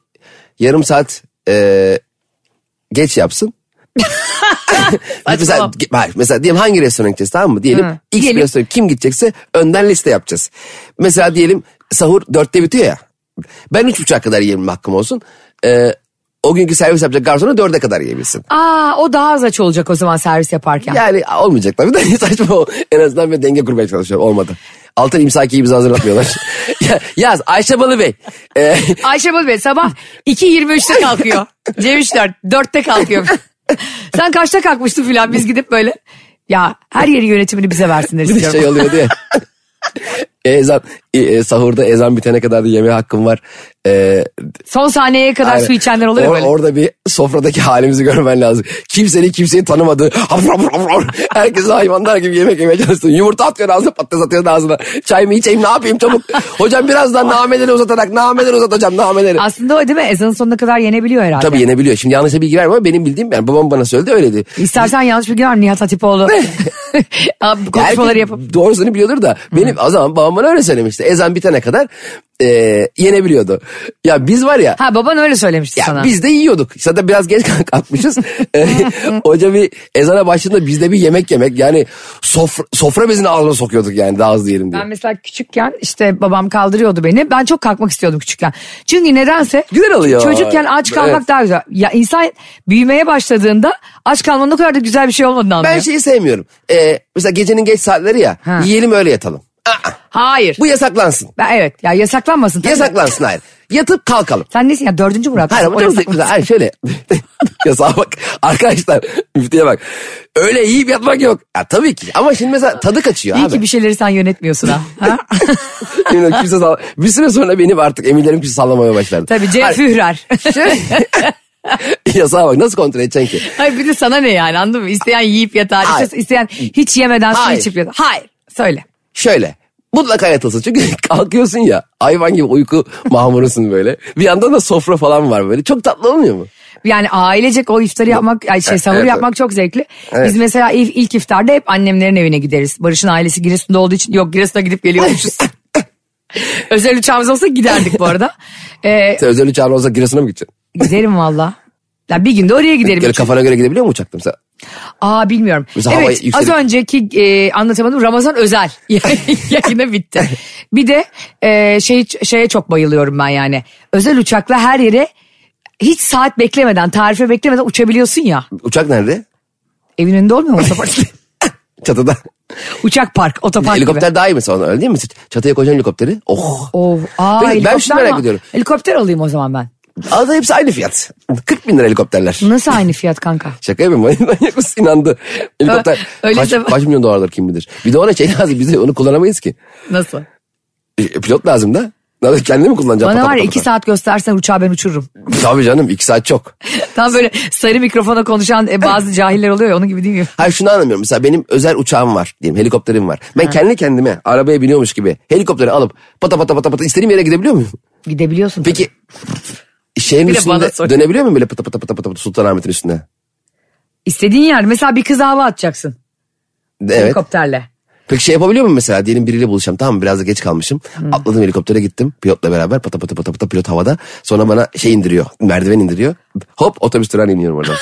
Speaker 5: yarım saat e, geç yapsın. mesela,
Speaker 2: Saçmalama.
Speaker 5: hayır, mesela diyelim hangi restorana gideceğiz tamam mı? Diyelim
Speaker 2: Hı,
Speaker 5: X
Speaker 2: diyelim.
Speaker 5: bir restorana kim gidecekse önden liste yapacağız. Mesela diyelim sahur dörtte bitiyor ya. Ben üç buçuğa kadar yiyelim hakkım olsun. E, o günkü servis yapacak garsona dörde kadar yiyebilsin.
Speaker 2: Aa o daha az aç olacak o zaman servis yaparken.
Speaker 5: Yani olmayacak tabii de saçma o. En azından ben denge kurmaya çalışıyorum. Olmadı. Altın imsakiyi bize hazırlatmıyorlar. Ya- Yaz Ayşe Balı Bey. E,
Speaker 2: Ayşe Balı Bey sabah 2.23'te kalkıyor. Cevişler 4'te kalkıyor. Sen kaçta kalkmıştın filan biz gidip böyle. Ya her yeri yönetimini bize versinler
Speaker 5: Bir de
Speaker 2: istiyorum.
Speaker 5: şey oluyor diye. ezan e, e, sahurda ezan bitene kadar da yeme hakkım var. Ee,
Speaker 2: Son saniyeye kadar
Speaker 5: aynen.
Speaker 2: su içenler olur ya
Speaker 5: Or-
Speaker 2: böyle.
Speaker 5: Orada bir sofradaki halimizi görmen lazım. Kimsenin kimseyi tanımadığı. hafır hafır hafır hafır. Herkes hayvanlar gibi yemek yemeye çalışsın. Yumurta atıyor ağzına patates atıyor ağzına. Çay mı içeyim ne yapayım çabuk. Hocam birazdan nameleri uzatarak nameleri uzat hocam nameleri.
Speaker 2: Aslında o değil mi? Ezanın sonuna kadar yenebiliyor herhalde.
Speaker 5: Tabii yenebiliyor. Şimdi yanlış bir bilgi verme ama benim bildiğim yani babam bana söyledi öyleydi.
Speaker 2: İstersen yanlış bilgi var Nihat Hatipoğlu. Abi, Konuşmaları
Speaker 5: Herkes
Speaker 2: yapıp.
Speaker 5: Doğrusunu biliyordur da benim o zaman babam bana öyle söylemişti. Ezan bitene kadar e, yenebiliyordu. Ya biz var ya
Speaker 2: Ha baban öyle söylemişti
Speaker 5: ya
Speaker 2: sana.
Speaker 5: biz de yiyorduk. Zaten biraz geç kalk- kalkmışız. E, Hoca bir ezana başında biz de bir yemek yemek. Yani sofra, sofra bezini ağzına sokuyorduk yani daha hızlı yerim diye.
Speaker 2: Ben mesela küçükken işte babam kaldırıyordu beni. Ben çok kalkmak istiyordum küçükken. Çünkü nedense
Speaker 5: Güzel oluyor.
Speaker 2: çocukken aç kalmak
Speaker 5: Evet.
Speaker 2: daha güzel. Ya insan büyümeye başladığında aç kalmanın o kadar da güzel bir şey olmadığını anlıyor.
Speaker 5: Ben şeyi sevmiyorum. E, mesela gecenin geç saatleri ya.
Speaker 2: Ha.
Speaker 5: Yiyelim öyle yatalım. Aa,
Speaker 2: Hayır.
Speaker 5: bu yasaklansın.
Speaker 2: Ben, evet ya yasaklanmasın. Tabii.
Speaker 5: Yasaklansın hayır. Yatıp kalkalım.
Speaker 2: Sen nesin ya dördüncü Murat?
Speaker 5: Hayır
Speaker 2: O
Speaker 5: ama çok
Speaker 2: yasaklansın.
Speaker 5: güzel. Hayır şöyle. Yasağa bak. Arkadaşlar müftüye bak. Öyle yiyip yatmak yok. Ya tabii ki. Ama şimdi mesela tadı kaçıyor
Speaker 2: İyi
Speaker 5: abi.
Speaker 2: ki bir şeyleri sen yönetmiyorsun ha. ha?
Speaker 5: Eminim kimse sall- bir süre sonra benim artık eminlerim kimse sallamaya başladı.
Speaker 2: Tabii C.
Speaker 5: Hayır,
Speaker 2: Führer.
Speaker 5: Yasağa bak nasıl kontrol edeceksin ki?
Speaker 2: Hayır bir de sana ne yani anladın mı? İsteyen yiyip yatar.
Speaker 5: Hayır.
Speaker 2: isteyen hiç yemeden su
Speaker 5: Hayır.
Speaker 2: içip yatar. Hayır. Söyle.
Speaker 5: Şöyle mutlaka yatılsın çünkü kalkıyorsun ya hayvan gibi uyku mahmurusun böyle. Bir yandan da sofra falan var böyle çok tatlı olmuyor mu?
Speaker 2: Yani ailecek o iftarı yapmak, ay şey
Speaker 5: Evet,
Speaker 2: sahur
Speaker 5: evet.
Speaker 2: yapmak çok zevkli.
Speaker 5: Evet.
Speaker 2: Biz mesela ilk, ilk iftarda hep annemlerin evine gideriz. Barış'ın ailesi Giresun'da olduğu için yok Giresun'a gidip geliyormuşuz. Özel uçağımız olsa giderdik bu arada. Ee,
Speaker 5: Sen özel uçağın olsa Giresun'a mı gideceksin?
Speaker 2: giderim valla. Ya bir günde oraya giderim.
Speaker 5: Böyle kafana göre gidebiliyor mu uçakta mesela?
Speaker 2: Aa bilmiyorum.
Speaker 5: Mesela hava
Speaker 2: evet az
Speaker 5: yükselip-
Speaker 2: önceki e, anlatamadım Ramazan özel yayına bitti. Bir de e, şey şeye çok bayılıyorum ben yani. Özel uçakla her yere hiç saat beklemeden, tarife beklemeden uçabiliyorsun ya.
Speaker 5: Uçak nerede?
Speaker 2: Evin önünde olmuyor mu otopark?
Speaker 5: Çatıda.
Speaker 2: Uçak park, otopark
Speaker 5: helikopter
Speaker 2: gibi.
Speaker 5: daha iyi mesela ona öyle değil mi? Çatıya koyacaksın helikopteri. Oh.
Speaker 2: Of, aa,
Speaker 5: Peki, ben
Speaker 2: helikopter
Speaker 5: şunu merak
Speaker 2: ama-
Speaker 5: ediyorum.
Speaker 2: Helikopter alayım o zaman ben.
Speaker 5: Arada hepsi aynı fiyat. 40 bin lira helikopterler.
Speaker 2: Nasıl aynı fiyat kanka?
Speaker 5: Şaka yapayım manyak mısın inandı. Helikopter
Speaker 2: Ö- öyle
Speaker 5: kaç,
Speaker 2: de-
Speaker 5: kaç milyon dolardır kim bilir. Bir de ona şey lazım biz de onu kullanamayız ki.
Speaker 2: Nasıl?
Speaker 5: E, Pilot lazım da. Nerede kendi mi kullanacağım?
Speaker 2: Bana
Speaker 5: Pata
Speaker 2: var ya
Speaker 5: pata
Speaker 2: iki
Speaker 5: pata.
Speaker 2: saat göstersen uçağı ben uçururum.
Speaker 5: Tabii canım iki saat çok.
Speaker 2: Tam böyle sarı mikrofona konuşan e, bazı cahiller oluyor ya onun gibi değil mi?
Speaker 5: Hayır şunu anlamıyorum. Mesela benim özel uçağım var diyeyim helikopterim var. Ben kendi kendime arabaya biniyormuş gibi helikopteri alıp pata pata pata pata istediğim yere gidebiliyor muyum?
Speaker 2: Gidebiliyorsun.
Speaker 5: Peki şeyin
Speaker 2: Bir de bana
Speaker 5: üstünde
Speaker 2: sor.
Speaker 5: dönebiliyor muyum böyle pata pata pata pata pata Sultanahmet'in üstünde?
Speaker 2: İstediğin yer. Mesela bir kıza hava atacaksın.
Speaker 5: Evet.
Speaker 2: Helikopterle.
Speaker 5: Peki şey yapabiliyor muyum mesela diyelim biriyle buluşacağım tamam mı biraz da geç kalmışım.
Speaker 2: Hmm.
Speaker 5: Atladım helikoptere gittim pilotla beraber pata pata pata pata pilot havada. Sonra bana şey indiriyor merdiven indiriyor. Hop otobüs durağına iniyorum oradan.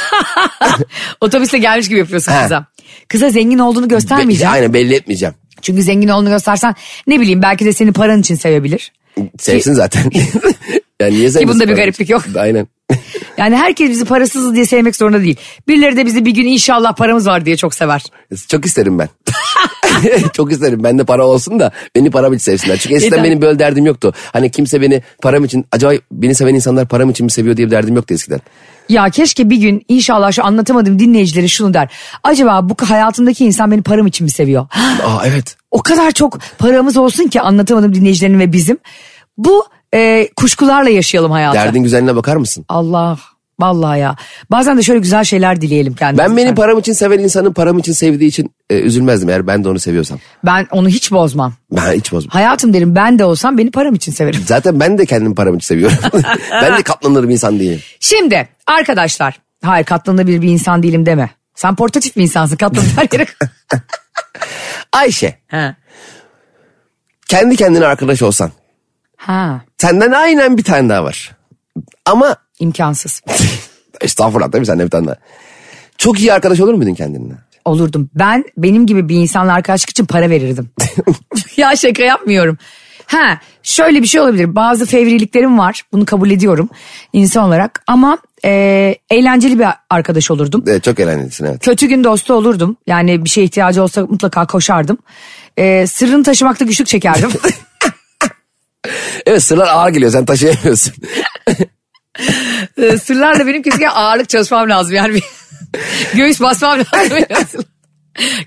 Speaker 2: Otobüsle gelmiş gibi yapıyorsun
Speaker 5: He.
Speaker 2: kıza. Kıza zengin olduğunu
Speaker 5: Be-
Speaker 2: göstermeyeceğim.
Speaker 5: Aynen belli etmeyeceğim.
Speaker 2: Çünkü zengin olduğunu göstersen ne bileyim belki de seni paran için sevebilir.
Speaker 5: Sevsin zaten. yani niye sevmesin?
Speaker 2: bunda bir
Speaker 5: bana?
Speaker 2: gariplik yok.
Speaker 5: Aynen.
Speaker 2: Yani herkes bizi parasız diye sevmek zorunda değil. Birileri de bizi bir gün inşallah paramız var diye çok sever.
Speaker 5: Çok isterim ben. Çok isterim. Bende para olsun da beni param için sevsinler. Çünkü eskiden
Speaker 2: Neden?
Speaker 5: benim böyle derdim yoktu. Hani kimse beni param için acaba beni seven insanlar param için mi seviyor diye bir derdim yoktu eskiden.
Speaker 2: Ya keşke bir gün inşallah şu anlatamadığım dinleyicileri şunu der. Acaba bu hayatımdaki insan beni param için mi seviyor?
Speaker 5: Aa evet.
Speaker 2: o kadar çok paramız olsun ki anlatamadım dinleyicilerin ve bizim. Bu e, kuşkularla yaşayalım hayatı.
Speaker 5: Derdin güzelliğine bakar mısın?
Speaker 2: Allah vallahi ya. Bazen de şöyle güzel şeyler dileyelim kendimize.
Speaker 5: Ben beni param için seven insanın param için sevdiği için e, üzülmezdim eğer ben de onu seviyorsam.
Speaker 2: Ben onu hiç bozmam.
Speaker 5: Ben hiç bozmam.
Speaker 2: Hayatım derim ben de olsam beni param için severim.
Speaker 5: Zaten ben de kendimi param için seviyorum. ben de katlanır bir insan değilim.
Speaker 2: Şimdi arkadaşlar. Hayır katlanabilir bir insan değilim deme. Sen portatif bir insansın katlanabilir gerek.
Speaker 5: Ayşe
Speaker 2: ha.
Speaker 5: kendi kendine arkadaş olsan
Speaker 2: ha
Speaker 5: senden aynen bir tane daha var. Ama
Speaker 2: imkansız.
Speaker 5: estağfurullah tabii senden bir tane daha. Çok iyi arkadaş olur muydun kendinle?
Speaker 2: Olurdum. Ben benim gibi bir insanla arkadaşlık için para verirdim. ya şaka yapmıyorum. Ha şöyle bir şey olabilir. Bazı fevriliklerim var. Bunu kabul ediyorum insan olarak. Ama e, eğlenceli bir arkadaş olurdum.
Speaker 5: Evet, çok eğlencelisin evet.
Speaker 2: Kötü gün dostu olurdum. Yani bir şeye ihtiyacı olsa mutlaka koşardım. Ee, sırrını taşımakta güçlük çekerdim.
Speaker 5: Evet sırlar ağır geliyor sen taşıyamıyorsun.
Speaker 2: Ee, Sırlarla benim kesinlikle ağırlık çalışmam lazım. Yani bir göğüs basmam lazım.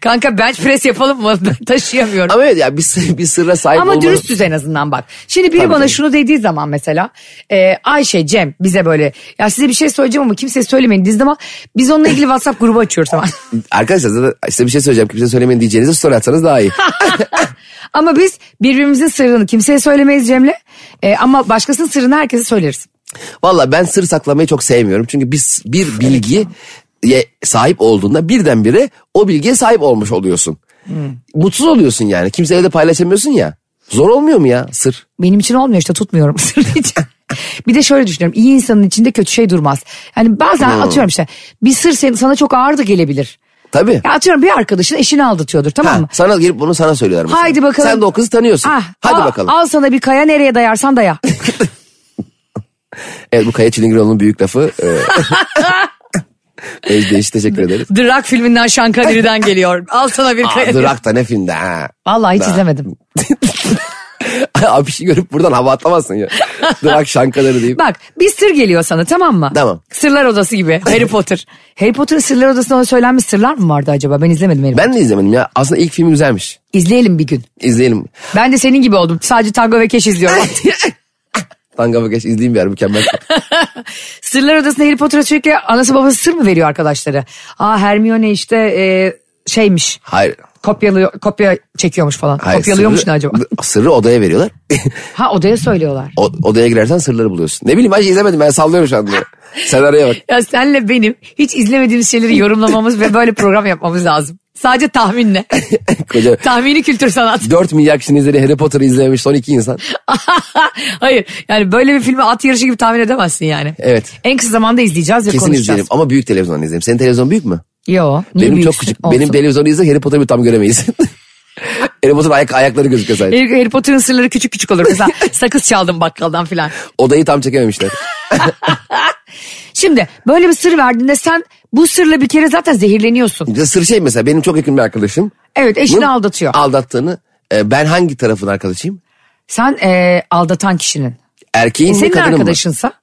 Speaker 2: Kanka bench press yapalım mı? Ben taşıyamıyorum.
Speaker 5: Ama evet ya bir, sır- bir sırra sahip
Speaker 2: Ama
Speaker 5: olmanın-
Speaker 2: dürüstüz en azından bak. Şimdi biri
Speaker 5: Tabii
Speaker 2: bana
Speaker 5: canım.
Speaker 2: şunu dediği zaman mesela e, Ayşe Cem bize böyle ya size bir şey söyleyeceğim ama kimseye söylemeyin dediği zaman biz onunla ilgili WhatsApp grubu açıyoruz tamam.
Speaker 5: Arkadaşlar zaten size bir şey söyleyeceğim kimse söylemeyin diyeceğinize story atsanız daha iyi.
Speaker 2: ama biz birbirimizin sırrını kimseye söylemeyiz Cem'le E, ama başkasının sırrını herkese söyleriz.
Speaker 5: Valla ben sır saklamayı çok sevmiyorum. Çünkü biz bir bilgiye sahip olduğunda
Speaker 2: Hmm.
Speaker 5: birdenbire o bilgiye sahip olmuş oluyorsun. Mutsuz oluyorsun yani. Kimseyle de paylaşamıyorsun ya. Zor olmuyor mu ya sır?
Speaker 2: Benim için olmuyor işte tutmuyorum sırrı hiç. bir de şöyle düşünüyorum iyi insanın içinde kötü şey durmaz. Yani bazen
Speaker 5: Hmm.
Speaker 2: atıyorum işte bir sır sen- sana çok ağır da gelebilir.
Speaker 5: Tabii.
Speaker 2: Ya atıyorum bir arkadaşın eşini aldatıyordur tamam
Speaker 5: Ha,
Speaker 2: mı?
Speaker 5: sana gelip bunu sana söylüyorlar. mesela.
Speaker 2: Haydi bakalım.
Speaker 5: Sen de o kızı tanıyorsun.
Speaker 2: Ah,
Speaker 5: Hadi
Speaker 2: al-
Speaker 5: bakalım.
Speaker 2: Al sana bir kaya nereye dayarsan daya.
Speaker 5: Evet bu Kaya Çilingiroğlu'nun büyük lafı. E, Ejde hiç teşekkür ederiz.
Speaker 2: The Rock filminden Şankadiri'den geliyor. Al sana bir kaya.
Speaker 5: Aa, Durak da ne filmde ha.
Speaker 2: Vallahi hiç izlemedim.
Speaker 5: Abi bir şey görüp buradan hava atlamazsın ya. Durak şankaları deyip.
Speaker 2: Bak bir sır geliyor sana tamam mı?
Speaker 5: Tamam.
Speaker 2: Sırlar odası gibi Harry Potter. Harry Potter'ın sırlar odasında söylenmiş sırlar mı vardı acaba? Ben izlemedim Harry
Speaker 5: Ben de izlemedim ya. Aslında ilk filmi güzelmiş.
Speaker 2: İzleyelim bir gün.
Speaker 5: İzleyelim.
Speaker 2: Ben de senin gibi oldum. Sadece tango ve keş izliyorum.
Speaker 5: Tanga Bakaş izleyeyim bir ara mükemmel.
Speaker 2: Sırlar Odası'nda Harry Potter'a sürekli anası babası sır mı veriyor arkadaşları? Aa Hermione işte e, şeymiş.
Speaker 5: Hayır.
Speaker 2: Kopyalıyor, kopya çekiyormuş falan.
Speaker 5: Hayır,
Speaker 2: Kopyalıyormuş
Speaker 5: sırrı-
Speaker 2: ne acaba?
Speaker 5: Sırrı odaya veriyorlar.
Speaker 2: Ha odaya söylüyorlar.
Speaker 5: O- odaya girersen sırları buluyorsun. Ne bileyim ben hiç izlemedim ben sallıyorum şu anda. Senaryoya bak.
Speaker 2: Ya senle benim hiç izlemediğimiz şeyleri yorumlamamız ve böyle program yapmamız lazım. Sadece tahminle.
Speaker 5: Koca
Speaker 2: Tahmini kültür sanat.
Speaker 5: 4 milyar kişinin izlediği Harry Potter'ı izlememiş son iki insan.
Speaker 2: Hayır yani böyle bir filmi at yarışı gibi tahmin edemezsin yani.
Speaker 5: Evet.
Speaker 2: En kısa zamanda izleyeceğiz ve
Speaker 5: Kesin
Speaker 2: konuşacağız.
Speaker 5: izleyelim ama büyük televizyondan izleyelim. Senin televizyon büyük mü?
Speaker 2: Yo. niye
Speaker 5: Benim çok
Speaker 2: büyüksün?
Speaker 5: küçük.
Speaker 2: Olsun.
Speaker 5: Benim televizyonu izle Harry Potter'ı tam göremeyiz. Harry Potter ayak, ayakları gözüküyor sadece.
Speaker 2: Harry, Harry Potter'ın sırları küçük küçük olur. Mesela sakız çaldım bakkaldan filan.
Speaker 5: Odayı tam çekememişler.
Speaker 2: Şimdi böyle bir sır verdiğinde sen bu sırla bir kere zaten zehirleniyorsun.
Speaker 5: Bir de sır şey mesela benim çok yakın bir arkadaşım.
Speaker 2: Evet eşini
Speaker 5: Bunun
Speaker 2: aldatıyor.
Speaker 5: Aldattığını. e, ben hangi tarafın arkadaşıyım?
Speaker 2: Sen eee, aldatan kişinin. E,
Speaker 5: Erkeğin mi
Speaker 2: Senin
Speaker 5: kadının mı?
Speaker 2: arkadaşınsa.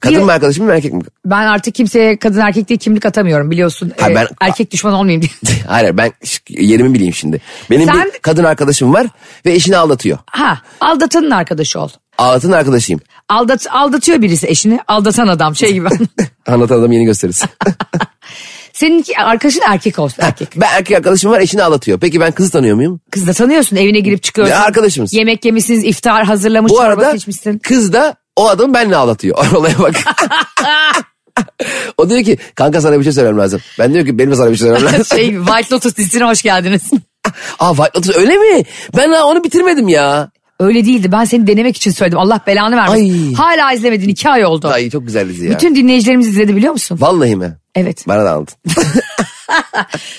Speaker 5: Kadın
Speaker 2: Niye-
Speaker 5: mı arkadaşım mı erkek mi?
Speaker 2: Ben artık kimseye kadın erkek diye kimlik atamıyorum biliyorsun.
Speaker 5: Ha,
Speaker 2: Eee,
Speaker 5: ben-
Speaker 2: erkek düşman olmayayım diye.
Speaker 5: Hayır ben ş- yerimi bileyim şimdi. Benim
Speaker 2: Sen-
Speaker 5: bir kadın arkadaşım var ve eşini aldatıyor.
Speaker 2: ha aldatanın arkadaşı ol.
Speaker 5: Aldatan arkadaşıyım.
Speaker 2: Aldat, aldatıyor birisi eşini. Aldatan adam şey gibi.
Speaker 5: Anlatan adam yeni gösterisi.
Speaker 2: Seninki arkadaşın erkek olsun erkek.
Speaker 5: ben erkek arkadaşım var eşini aldatıyor. Peki ben kızı tanıyor muyum?
Speaker 2: Kızı da tanıyorsun evine girip çıkıyorsun.
Speaker 5: Ve arkadaşımız.
Speaker 2: Yemek yemişsiniz iftar hazırlamış.
Speaker 5: Bu
Speaker 2: çorba
Speaker 5: arada
Speaker 2: içmişsin.
Speaker 5: kız da o adamı benle aldatıyor. Olaya bak. o diyor ki kanka sana bir şey söylemem lazım. Ben diyor ki benim de sana bir şey söylemem lazım.
Speaker 2: şey White Lotus dizisine hoş geldiniz.
Speaker 5: Aa White Lotus öyle mi? Ben daha onu bitirmedim ya.
Speaker 2: Öyle değildi. Ben seni denemek için söyledim. Allah belanı vermesin.
Speaker 5: Ay.
Speaker 2: Hala izlemedin. iki ay oldu.
Speaker 5: Ay çok güzel dizi ya.
Speaker 2: Bütün dinleyicilerimiz izledi biliyor musun?
Speaker 5: Vallahi mi?
Speaker 2: evet.
Speaker 5: Bana da aldın.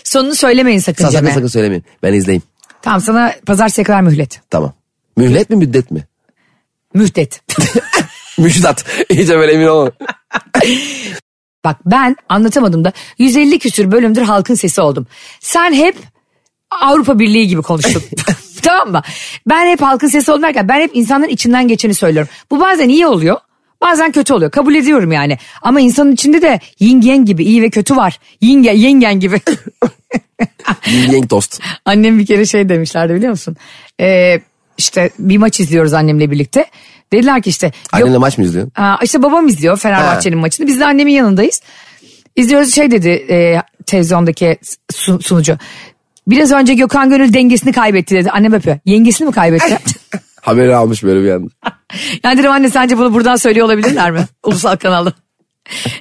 Speaker 2: Sonunu söylemeyin sakın
Speaker 5: Sen sakın
Speaker 2: Cem'e.
Speaker 5: sakın söylemeyin. Ben izleyeyim.
Speaker 2: Tamam sana pazartesiye kadar mühlet.
Speaker 5: Tamam. Mühlet mi müddet mi?
Speaker 2: Mühlet.
Speaker 5: Müjdat. İyice böyle emin olun.
Speaker 2: Bak ben anlatamadım da 150 küsür bölümdür halkın sesi oldum. Sen hep Avrupa Birliği gibi konuştun. tamam mı? Ben hep halkın sesi oldum derken ben hep insanların içinden geçeni söylüyorum. Bu bazen iyi oluyor. Bazen kötü oluyor. Kabul ediyorum yani. Ama insanın içinde de yin yang gibi iyi ve kötü var. Yin yang, yin yang gibi.
Speaker 5: Yeng tost.
Speaker 2: Annem bir kere şey demişlerdi biliyor musun? Ee, işte bir maç izliyoruz annemle birlikte. Dediler ki işte yok,
Speaker 5: Annenle maç mı izliyorsun?
Speaker 2: Aa, işte babam izliyor Fenerbahçe'nin maçını. Biz de annemin yanındayız. İzliyoruz şey dedi e, televizyondaki su- sunucu. Biraz önce Gökhan Gönül dengesini kaybetti dedi. Annem öpüyor. Yengesini mi kaybetti?
Speaker 5: Haberi almış böyle bir anda.
Speaker 2: yani dedim anne sence bunu buradan söylüyor olabilirler mi? Ulusal kanalda.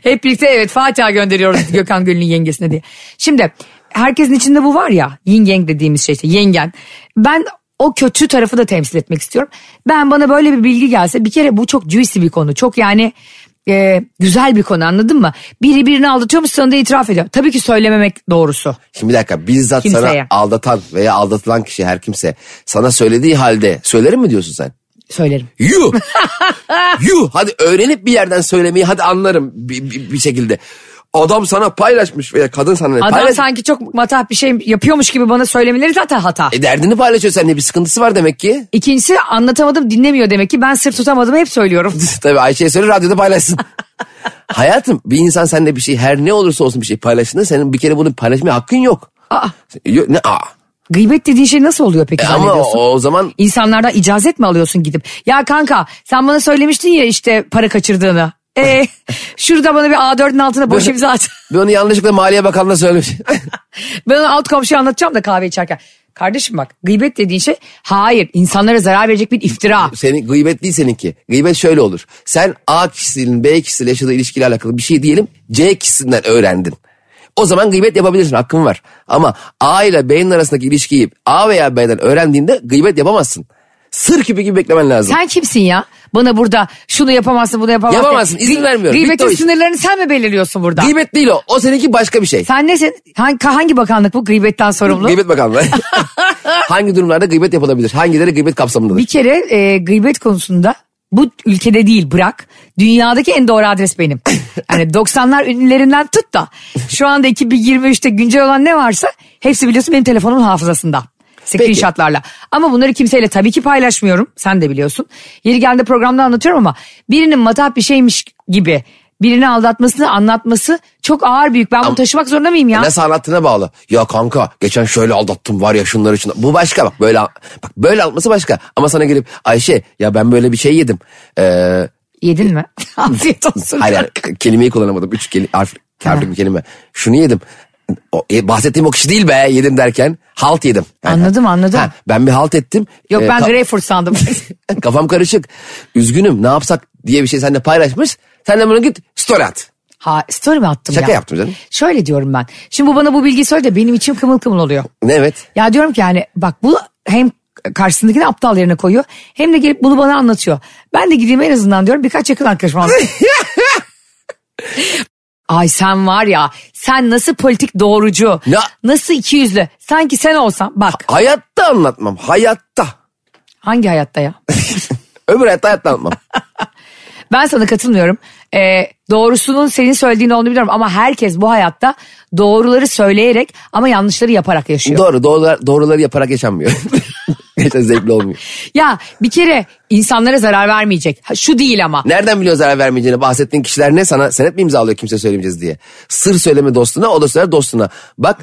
Speaker 2: Hep birlikte evet Fatiha gönderiyoruz Gökhan Gönül'ün yengesine diye. Şimdi herkesin içinde bu var ya yin yang dediğimiz şey işte yengen. Ben o kötü tarafı da temsil etmek istiyorum. Ben bana böyle bir bilgi gelse bir kere bu çok juicy bir konu. Çok yani e, güzel bir konu anladın mı? Biri birini aldatıyormuş sonunda itiraf ediyor. Tabii ki söylememek doğrusu.
Speaker 5: Şimdi bir dakika bizzat
Speaker 2: Kimseye.
Speaker 5: sana aldatan veya aldatılan kişi her kimse sana söylediği halde söylerim mi diyorsun sen?
Speaker 2: Söylerim.
Speaker 5: Yuh! Yuh! Hadi öğrenip bir yerden söylemeyi hadi anlarım bir, bir, bir şekilde. Adam sana paylaşmış veya kadın sana ne
Speaker 2: Adam
Speaker 5: paylaş-
Speaker 2: sanki çok matah bir şey yapıyormuş gibi bana söylemeleri zaten hata.
Speaker 5: E derdini paylaşıyor seninle bir sıkıntısı var demek ki.
Speaker 2: İkincisi anlatamadım dinlemiyor demek ki ben sır tutamadım hep söylüyorum.
Speaker 5: Tabii Ayşe'ye söyle radyoda paylaşsın. Hayatım bir insan seninle bir şey her ne olursa olsun bir şey paylaştığında senin bir kere bunu paylaşmaya hakkın yok.
Speaker 2: Aa.
Speaker 5: Yo- ne aa.
Speaker 2: Gıybet dediğin şey nasıl oluyor peki
Speaker 5: E ama
Speaker 2: zannediyorsun?
Speaker 5: o, o zaman
Speaker 2: İnsanlardan icazet mi alıyorsun gidip? Ya kanka sen bana söylemiştin ya işte para kaçırdığını. E, şurada bana bir A4'ün altına boş imza at.
Speaker 5: ben onu yanlışlıkla Maliye Bakanı'na söylemiş.
Speaker 2: Ben onu alt komşuya anlatacağım da kahve içerken. Kardeşim bak gıybet dediğin şey hayır insanlara zarar verecek bir iftira.
Speaker 5: Senin gıybet değil seninki. Gıybet şöyle olur. Sen A kişisinin B kişisiyle yaşadığı ilişkiyle alakalı bir şey diyelim C kişisinden öğrendin. O zaman gıybet yapabilirsin hakkın var. Ama A ile B'nin arasındaki ilişkiyi A veya B'den öğrendiğinde gıybet yapamazsın. Sır küpü gibi beklemen lazım.
Speaker 2: Sen kimsin ya? Bana burada şunu yapamazsın bunu yapamazsın.
Speaker 5: Yapamazsın, izin
Speaker 2: Gı-
Speaker 5: vermiyorum. Bitti
Speaker 2: Gıybetin
Speaker 5: o iş.
Speaker 2: sınırlarını sen mi belirliyorsun burada?
Speaker 5: Gıybet değil o. O seninki başka bir şey.
Speaker 2: Sen nesin? Hangi, hangi bakanlık bu gıybetten sorumlu?
Speaker 5: Gıybet bakanlığı. Hangi durumlarda gıybet yapılabilir? Hangileri gıybet kapsamındadır?
Speaker 2: Bir kere e, gıybet konusunda bu ülkede değil bırak. Dünyadaki en doğru adres benim. Yani 90'lar ünlülerinden tut da şu anda 2023'te güncel olan ne varsa hepsi biliyorsun benim telefonumun hafızasında. Screenshotlarla. Ama bunları kimseyle tabii ki paylaşmıyorum. Sen de biliyorsun. Yeri geldi programda anlatıyorum ama birinin matah bir şeymiş gibi birini aldatmasını anlatması çok ağır büyük. Ben bunu taşımak zorunda mıyım ya?
Speaker 5: Nasıl anlattığına bağlı. Ya kanka geçen şöyle aldattım var ya şunlar için. Bu başka bak böyle bak böyle anlatması başka. Ama sana gelip Ayşe ya ben böyle bir şey yedim. Ee,
Speaker 2: Yedin mi? Afiyet olsun.
Speaker 5: hayır, hayır kelimeyi kullanamadım. Üç keli, harf, harflik bir kelime. Şunu yedim. O, e, bahsettiğim o kişi değil be yedim derken halt yedim.
Speaker 2: Anladım, anladım.
Speaker 5: ben bir halt ettim.
Speaker 2: Yok
Speaker 5: Ee,
Speaker 2: ben
Speaker 5: ka-
Speaker 2: greyfurt sandım.
Speaker 5: Kafam karışık. Üzgünüm ne yapsak diye bir şey seninle paylaşmış. Sen de bunu git story at.
Speaker 2: Ha story mi attım ya?
Speaker 5: Şaka yaptım canım.
Speaker 2: Şöyle diyorum ben. Şimdi bu bana bu bilgiyi söyle de benim içim kımıl kımıl oluyor.
Speaker 5: Ne evet.
Speaker 2: Ya diyorum ki yani bak bu hem karşısındakini aptal yerine koyuyor hem de gelip bunu bana anlatıyor. Ben de gideyim en azından diyorum birkaç yakın arkadaşım anlatayım. Ay sen var ya sen nasıl politik doğrucu
Speaker 5: Ya-
Speaker 2: nasıl iki yüzlü sanki sen olsan bak
Speaker 5: Hayatta anlatmam. Hayatta.
Speaker 2: hangi hayatta ya?
Speaker 5: Öbür hayatta hayatta anlatmam.
Speaker 2: Ben sana katılmıyorum. Ee, doğrusunun senin söylediğin olduğunu biliyorum ama herkes bu hayatta doğruları söyleyerek ama yanlışları yaparak yaşıyor.
Speaker 5: Doğru doğrular, doğruları yaparak yaşanmıyor. Gerçekten zevkli olmuyor.
Speaker 2: Ya bir kere insanlara zarar vermeyecek. Ha, Şu değil ama.
Speaker 5: Nereden biliyor zarar vermeyeceğini bahsettiğin kişiler ne sana senet mi imzalıyor kimse söylemeyeceğiz diye. Sır söyleme dostuna o da söyler dostuna. Bak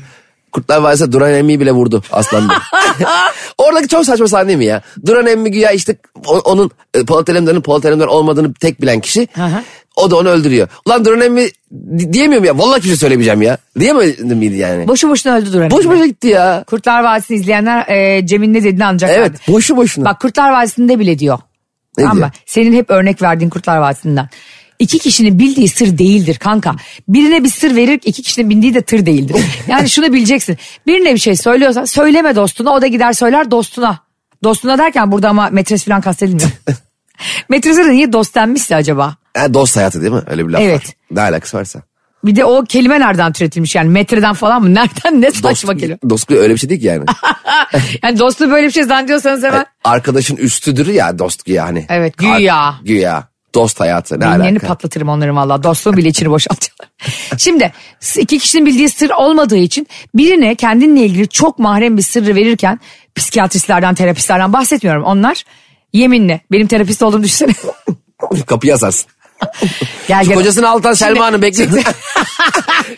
Speaker 5: Kurtlar Vadisi Duran Emmi'yi bile vurdu Aslan Bey. Oradaki çok saçma sahne mi ya? Duran Emmi güya işte o- onun e, Polat Alemdar'ın Polat Alemdar olmadığını tek bilen kişi.
Speaker 2: hı.
Speaker 5: o da onu öldürüyor. Ulan Duran Emmi di- diyemiyorum ya. Vallahi bir şey söylemeyeceğim ya. Diyemedim miydi yani?
Speaker 2: Boşu boşuna öldü Duran.
Speaker 5: Boş boşa gitti ya.
Speaker 2: Kurtlar Vadisi'ni izleyenler e, Cem'in ne dediğini anlayacaklar.
Speaker 5: Evet boşu boşuna.
Speaker 2: Bak Kurtlar Vadisi'nde bile diyor.
Speaker 5: Ne
Speaker 2: Ama
Speaker 5: diyor?
Speaker 2: Senin hep örnek verdiğin Kurtlar Vadisi'nden. İki kişinin bildiği sır değildir kanka. Birine bir sır verir iki kişinin bildiği de tır değildir. Yani şunu bileceksin. Birine bir şey söylüyorsan söyleme dostuna o da gider söyler dostuna. Dostuna derken burada ama metres falan kastedilmiyor. Metrese de niye dost denmişse acaba?
Speaker 5: Ha, dost hayatı değil mi? Öyle bir laf
Speaker 2: Evet.
Speaker 5: var. Ne alakası varsa.
Speaker 2: Bir de o kelime nereden türetilmiş yani metreden falan mı? Nereden ne saçma geliyor.
Speaker 5: dostluk öyle bir şey değil ki yani.
Speaker 2: Yani dostu böyle bir şey zannediyorsanız hemen.
Speaker 5: Arkadaşın üstüdür ya dost güya hani.
Speaker 2: Evet, güya.
Speaker 5: Ar- güya. Dost hayatı ne
Speaker 2: Beyinlerini
Speaker 5: alaka?
Speaker 2: patlatırım onların valla. Dostluğun bile içini boşaltıyorlar. Şimdi iki kişinin bildiği sır olmadığı için birine kendinle ilgili çok mahrem bir sırrı verirken psikiyatristlerden, terapistlerden bahsetmiyorum. Onlar yeminle benim terapist olduğumu düşünsene.
Speaker 5: Kapıyı asarsın.
Speaker 2: gel,
Speaker 5: Şu
Speaker 2: gel.
Speaker 5: kocasını altan
Speaker 2: Şimdi-
Speaker 5: Selma Hanım bekliyor.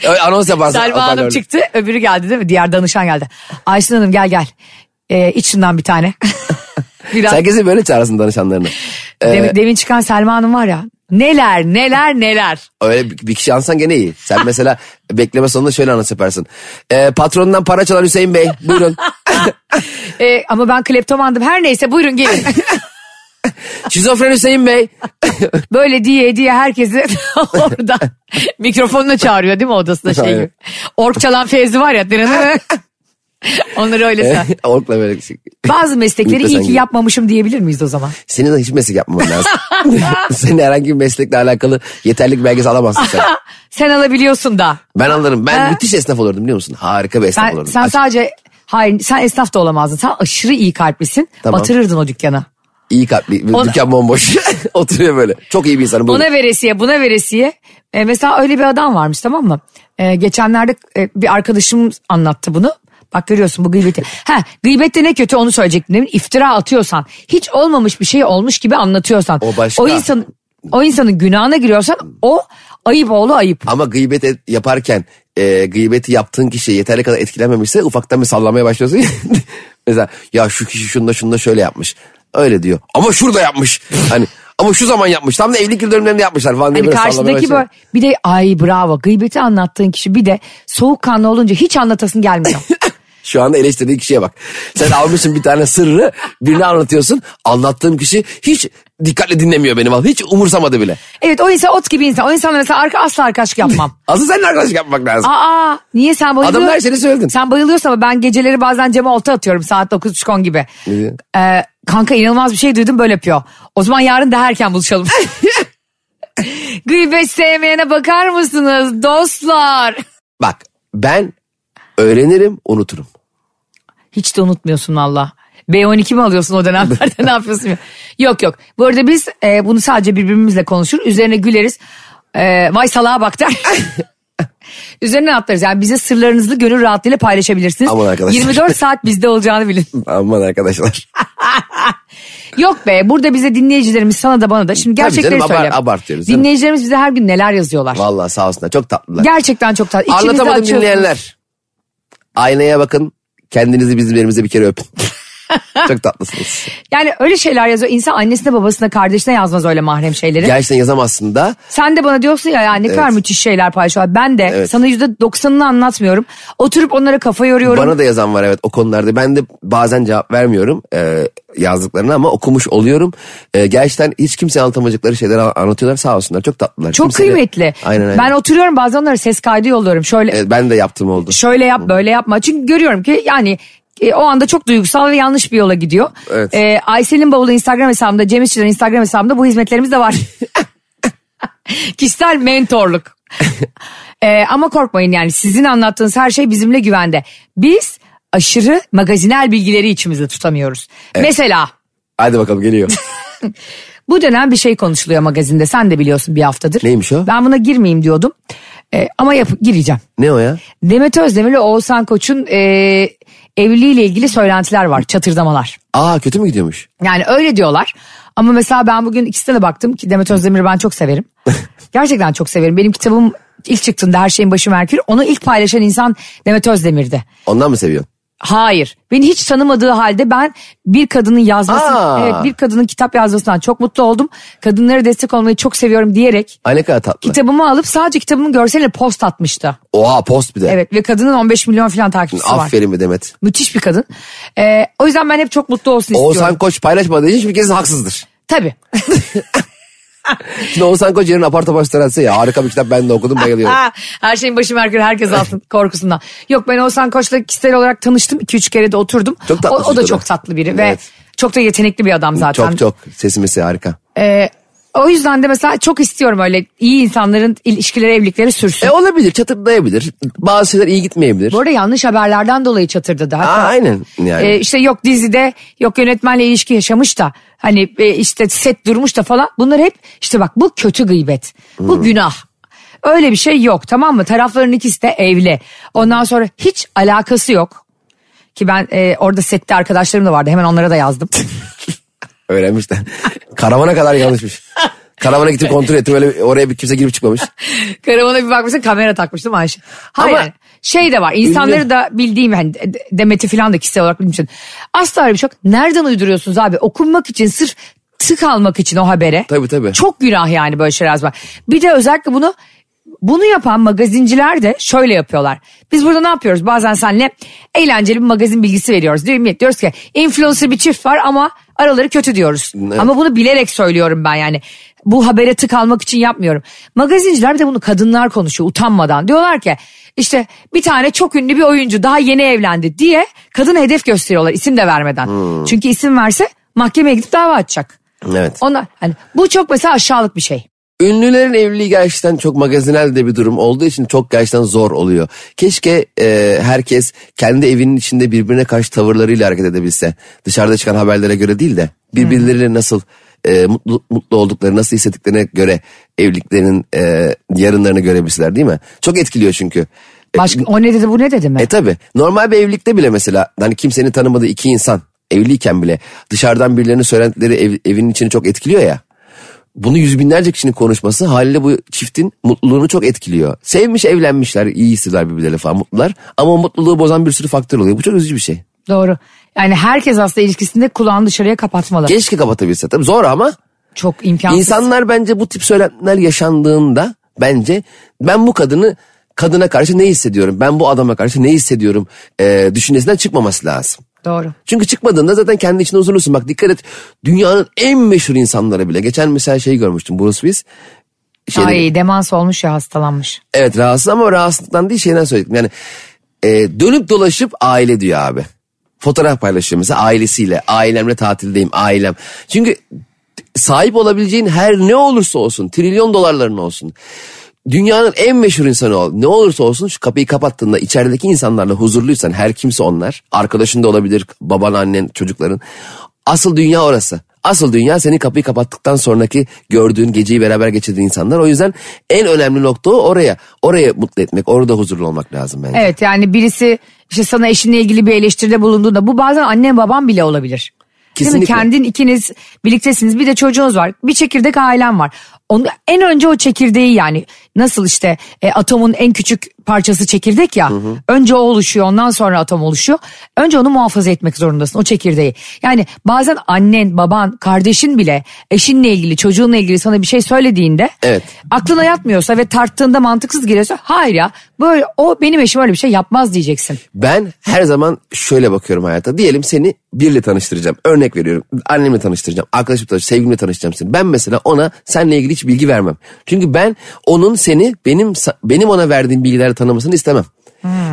Speaker 5: Öyle Anons yaparsın.
Speaker 2: Selma
Speaker 5: Hoparlörle.
Speaker 2: Hanım çıktı öbürü geldi değil mi? Diğer danışan geldi. Ayşin Hanım gel gel. Ee, iç şundan bir tane. Biraz
Speaker 5: Sen kesin böyle çağırırsın danışanlarını. Ee,
Speaker 2: demin, demin çıkan Selma Hanım var ya. Neler neler neler.
Speaker 5: Öyle bir bir kişi ansan gene iyi. Sen mesela bekleme sonunda şöyle anons yaparsın. Ee, patronundan para çalan Hüseyin Bey buyurun.
Speaker 2: Ee, ama ben kleptomandım her neyse buyurun gelin.
Speaker 5: Şizofren Hüseyin Bey.
Speaker 2: Böyle diye diye herkesi orada mikrofonla çağırıyor değil mi odasına şey gibi.
Speaker 5: Aynen.
Speaker 2: Ork çalan Fevzi var ya. Onları öyle sen.
Speaker 5: Orkla böyle. şey.
Speaker 2: Bazı meslekleri
Speaker 5: Lütfen
Speaker 2: iyi ki
Speaker 5: gibi.
Speaker 2: yapmamışım diyebilir miyiz o zaman?
Speaker 5: Senin de hiç meslek yapmaman lazım. Senin herhangi bir meslekle alakalı yeterlik belgesi alamazsın sen.
Speaker 2: Sen alabiliyorsun da.
Speaker 5: Ben anlarım. Ben
Speaker 2: Ha?
Speaker 5: müthiş esnaf olurdum biliyor musun? Harika bir esnaf
Speaker 2: Sen,
Speaker 5: olurdum.
Speaker 2: sen
Speaker 5: Aç-
Speaker 2: sadece hayır sen esnaf da olamazdın. Sen aşırı iyi kalplisin.
Speaker 5: Tamam.
Speaker 2: Batırırdın o dükkanı.
Speaker 5: İyi kalpli.
Speaker 2: Ona-
Speaker 5: Dükkan bomboş. Oturuyor böyle. Çok iyi bir insanım. Buyurun.
Speaker 2: Ona veresiye buna veresiye. E, mesela öyle bir adam varmış tamam mı? E, geçenlerde e, bir arkadaşım anlattı bunu. Bak görüyorsun bu gıybeti. ha gıybette ne kötü onu söyleyecektim demin. İftira atıyorsan hiç olmamış bir şey olmuş gibi anlatıyorsan.
Speaker 5: O başka.
Speaker 2: insan, o insanın günahına giriyorsan o ayıp oğlu ayıp.
Speaker 5: Ama gıybet et- yaparken e, gıybeti yaptığın kişi yeterli kadar etkilenmemişse ufaktan bir sallamaya başlıyorsun. ya. Mesela ya şu kişi şunda şunda şöyle yapmış. Öyle diyor. Ama şurada yapmış. Hani ama şu zaman yapmış. Tam da evlilik yıl dönümlerinde yapmışlar falan diye
Speaker 2: Hani
Speaker 5: böyle sallamaya
Speaker 2: karşıdaki
Speaker 5: başlıyor.
Speaker 2: böyle bir de ay bravo gıybeti anlattığın kişi bir de soğukkanlı olunca hiç anlatasın gelmiyor.
Speaker 5: Şu anda eleştirdiğin kişiye bak. Sen almışsın bir tane sırrı birine anlatıyorsun. Anlattığım kişi hiç dikkatle dinlemiyor beni. vallahi. Hiç umursamadı bile.
Speaker 2: evet o insan ot gibi insan. O insanla mesela arka, asla arkadaşlık yapmam.
Speaker 5: Asıl seninle arkadaşlık yapmak lazım.
Speaker 2: Aa niye sen bayılıyorsun?
Speaker 5: Adamlar her şeyini söyledin.
Speaker 2: Sen bayılıyorsun ama ben geceleri bazen cama olta atıyorum saat 9.30-10 gibi.
Speaker 5: Ne diyor?
Speaker 2: Ee, Kanka inanılmaz bir şey duydum böyle yapıyor. O zaman yarın daha erken buluşalım. Gıybet sevmeyene bakar mısınız dostlar?
Speaker 5: Bak ben öğrenirim unuturum.
Speaker 2: Hiç de unutmuyorsun valla. B12 mi alıyorsun o dönemlerde ne yapıyorsun? Yok yok. Bu arada biz e, bunu sadece birbirimizle konuşur. Üzerine güleriz. E, vay salağa bak der. Üzerine atlarız. Yani bize sırlarınızı gönül rahatlığıyla paylaşabilirsiniz.
Speaker 5: Aman arkadaşlar.
Speaker 2: 24 saat bizde olacağını bilin.
Speaker 5: Aman arkadaşlar.
Speaker 2: Yok be burada bize dinleyicilerimiz sana da bana da. Şimdi
Speaker 5: Tabii
Speaker 2: gerçekleri
Speaker 5: canım, abart-
Speaker 2: söyle.
Speaker 5: abartıyoruz canım.
Speaker 2: Dinleyicilerimiz bize her gün neler yazıyorlar.
Speaker 5: Vallahi sağ olsunlar çok tatlılar.
Speaker 2: Gerçekten çok tatlı. İçinizi
Speaker 5: Anlatamadım
Speaker 2: açıyorsunuz.
Speaker 5: dinleyenler. Aynaya bakın. Kendinizi bizim yerimize bir kere öpün. çok tatlısınız.
Speaker 2: Yani öyle şeyler yazıyor. İnsan annesine babasına kardeşine yazmaz öyle mahrem şeyleri.
Speaker 5: Gerçekten yazamazsın da
Speaker 2: Sen de bana diyorsun ya, ya ne kadar müthiş şeyler paylaşıyorlar. Ben de
Speaker 5: Evet.
Speaker 2: sana yüzde doksanını anlatmıyorum. Oturup onlara kafa yoruyorum.
Speaker 5: Bana da yazan var evet o konularda. Ben de bazen cevap vermiyorum e, yazdıklarına ama okumuş oluyorum. E, gerçekten hiç kimse anlatamayacakları şeyler an- anlatıyorlar sağ olsunlar. Çok tatlılar.
Speaker 2: Çok
Speaker 5: Kimse de-
Speaker 2: kıymetli.
Speaker 5: Aynen aynen.
Speaker 2: Ben
Speaker 5: Ben,
Speaker 2: oturuyorum bazen onlara ses kaydı yolluyorum. Şöyle
Speaker 5: ben de yaptım oldu.
Speaker 2: şöyle yap böyle yapma. Çünkü görüyorum ki yani e, o anda çok duygusal ve yanlış bir yola gidiyor.
Speaker 5: Evet.
Speaker 2: E, Aysel'in bavulu Instagram hesabımda, Cem İşçilerin Instagram hesabımda bu hizmetlerimiz de var. Kişisel mentorluk. E, ama korkmayın yani sizin anlattığınız her şey bizimle güvende. Biz aşırı magazinel bilgileri içimizde tutamıyoruz. Mesela
Speaker 5: Hadi bakalım geliyor.
Speaker 2: bu dönem bir şey konuşuluyor magazinde. Sen de biliyorsun bir haftadır.
Speaker 5: Neymiş o?
Speaker 2: Ben buna girmeyeyim diyordum. E, ama yap gireceğim.
Speaker 5: ne o ya?
Speaker 2: Demet Özdemir ile Oğuzhan Koç'un e, evliliğiyle ilgili söylentiler var, çatırdamalar.
Speaker 5: Aa kötü mü gidiyormuş?
Speaker 2: Yani öyle diyorlar. Ama mesela ben bugün ikisine de baktım ki Demet Özdemir'i ben çok severim. Gerçekten çok severim. Benim kitabım ilk çıktığında Her Şeyin Başı Merkür. Onu ilk paylaşan insan Demet Özdemir'di.
Speaker 5: Ondan mı seviyorsun?
Speaker 2: Hayır. Beni hiç tanımadığı halde ben bir kadının yazması,
Speaker 5: Aa.
Speaker 2: evet, bir kadının kitap yazmasından çok mutlu oldum. Kadınlara destek olmayı çok seviyorum diyerek
Speaker 5: Ay ne kadar tatlı.
Speaker 2: kitabımı alıp sadece kitabımın görseliyle post atmıştı.
Speaker 5: Oha post bir de.
Speaker 2: Evet ve kadının 15 milyon falan takipçisi var.
Speaker 5: Aferin be Demet.
Speaker 2: Müthiş bir kadın. Ee, o yüzden ben hep çok mutlu olsun
Speaker 5: Oğuzhan
Speaker 2: istiyorum.
Speaker 5: Koç paylaşmadığı için hiçbir kez haksızdır.
Speaker 2: Tabii.
Speaker 5: Şimdi Oğuzhan Koç yarın apar topar sitelse ya harika bir kitap ben de okudum bayılıyorum.
Speaker 2: Ha, Her şeyin başı Merkür herkes alsın korkusundan. Yok ben Oğuzhan Koç'la kişisel olarak tanıştım. 2-3 kere de oturdum.
Speaker 5: Çok tatlı
Speaker 2: o, o da
Speaker 5: çocuk
Speaker 2: çok
Speaker 5: o da.
Speaker 2: tatlı biri ve
Speaker 5: Evet.
Speaker 2: çok da yetenekli bir adam zaten.
Speaker 5: Çok çok sesimesi harika.
Speaker 2: Ee, o yüzden de mesela çok istiyorum öyle iyi insanların ilişkileri evlilikleri sürsün.
Speaker 5: E olabilir çatırdayabilir. Bazı şeyler iyi gitmeyebilir.
Speaker 2: Bu arada yanlış haberlerden dolayı çatırdadı.
Speaker 5: Aa,
Speaker 2: Hatta
Speaker 5: aynen yani.
Speaker 2: Ee, işte yok dizide yok yönetmenle ilişki yaşamış da hani e, işte set durmuş da falan bunlar hep işte bak bu kötü gıybet bu
Speaker 5: Hmm.
Speaker 2: günah öyle bir şey yok tamam mı tarafların ikisi de evli ondan sonra hiç alakası yok ki ben e, orada sette arkadaşlarım da vardı hemen onlara da yazdım
Speaker 5: Öğrenmiş de. Karavana kadar yanlışmış. Karavana gittim kontrol ettim öyle oraya bir kimse girip çıkmamış.
Speaker 2: karavana bir bakmışsın kamera takmıştım Ayşe hayır
Speaker 5: Ama-
Speaker 2: yani şey de var insanları da bildiğim hani de- de- Demet'i falan da kişisel olarak bildiğim için asla öyle bir şey yok nereden uyduruyorsunuz abi okunmak için sırf tık almak için o habere
Speaker 5: Tabii tabii.
Speaker 2: Çok günah yani böyle şeyler yazmak. Bir de özellikle bunu bunu yapan magazinciler de şöyle yapıyorlar. Biz burada ne yapıyoruz? Bazen senle eğlenceli bir magazin bilgisi veriyoruz. Diyor, millet diyoruz ki influencer bir çift var ama araları kötü diyoruz.
Speaker 5: Evet.
Speaker 2: Ama bunu bilerek söylüyorum ben yani. Bu habere tık almak için yapmıyorum. Magazinciler bir de bunu kadınlar konuşuyor utanmadan. Diyorlar ki işte bir tane çok ünlü bir oyuncu daha yeni evlendi diye kadına hedef gösteriyorlar isim de vermeden. Çünkü isim verse mahkemeye gidip dava açacak.
Speaker 5: Evet.
Speaker 2: Onlar hani bu çok mesela aşağılık bir şey.
Speaker 5: Ünlülerin evliliği gerçekten çok magazinel de bir durum olduğu için çok gerçekten zor oluyor. Keşke e, herkes kendi evinin içinde birbirine karşı tavırlarıyla hareket edebilse. Dışarıda çıkan haberlere göre değil de birbirleriyle nasıl e, mutlu, mutlu oldukları, nasıl hissettiklerine göre evliliklerinin e, yarınlarını görebilseler değil mi? Çok etkiliyor çünkü. E,
Speaker 2: Başka, o ne dedi bu ne dedi mi?
Speaker 5: E tabi normal bir evlilikte bile mesela hani kimsenin tanımadığı iki insan evliyken bile dışarıdan birilerinin söylentileri ev- evinin içini çok etkiliyor ya. Bunu yüz binlerce kişinin konuşması haliyle bu çiftin mutluluğunu çok etkiliyor. Sevmiş evlenmişler iyi hissediyorlar birbirleri falan mutlular ama o mutluluğu bozan bir sürü faktör oluyor. Bu çok üzücü bir şey.
Speaker 2: Doğru. Yani herkes aslında ilişkisinde kulağını dışarıya kapatmalı.
Speaker 5: Keşke kapatabilse tabii zor ama
Speaker 2: çok imkansız.
Speaker 5: insanlar bence bu tip söylentiler yaşandığında bence ben bu kadını kadına karşı ne hissediyorum ben bu adama karşı ne hissediyorum eee düşüncesinden çıkmaması lazım.
Speaker 2: Doğru.
Speaker 5: Çünkü çıkmadığında zaten kendi içinde huzurlusun. Bak dikkat et dünyanın en meşhur insanları bile. Geçen mesela şey görmüştüm Bruce Willis. Şeyde-
Speaker 2: Ay demans olmuş ya hastalanmış.
Speaker 5: Evet rahatsız ama rahatsızlıktan değil şeyden söyledim. Yani e, dönüp dolaşıp Ee, aile diyor abi. fotoğraf paylaşıyor mesela ailesiyle. Ailemle tatildeyim ailem. Çünkü sahip olabileceğin her ne olursa olsun trilyon dolarların olsun. Dünyanın en meşhur insanı ol. Ne olursa olsun şu kapıyı kapattığında içerideki insanlarla huzurluysan her kimse onlar. Arkadaşın da olabilir baban annen çocukların. Asıl dünya orası. Asıl dünya seni kapıyı kapattıktan sonraki gördüğün geceyi beraber geçirdiğin insanlar. O yüzden en önemli nokta o oraya. Oraya mutlu etmek, orada huzurlu olmak lazım bence.
Speaker 2: Evet yani birisi işte sana eşinle ilgili bir eleştiride bulunduğunda bu bazen anne babam bile olabilir. Değil mi?
Speaker 5: Kesinlikle.
Speaker 2: Kendin ikiniz birliktesiniz bir de çocuğunuz var bir çekirdek ailem var. Onu, en önce o çekirdeği yani nasıl işte e, atomun en küçük parçası çekirdek ya önce o oluşuyor ondan sonra atom oluşuyor. Önce onu muhafaza etmek zorundasın o çekirdeği. Yani bazen annen baban kardeşin bile eşinle ilgili çocuğunla ilgili sana bir şey söylediğinde
Speaker 5: Evet.
Speaker 2: aklına yatmıyorsa ve tarttığında mantıksız geliyorsa hayır ya böyle o benim eşim öyle bir şey yapmaz diyeceksin.
Speaker 5: Ben her zaman şöyle bakıyorum hayata. Diyelim seni biriyle tanıştıracağım. Örnek veriyorum. Annemle tanıştıracağım. Arkadaşımla tanıştıracağım. Sevgilimle tanıştıracağım seni. Ben mesela ona seninle ilgili hiç bilgi vermem. Çünkü ben onun seni benim sa- benim ona verdiğim bilgilerle tanımasını istemem.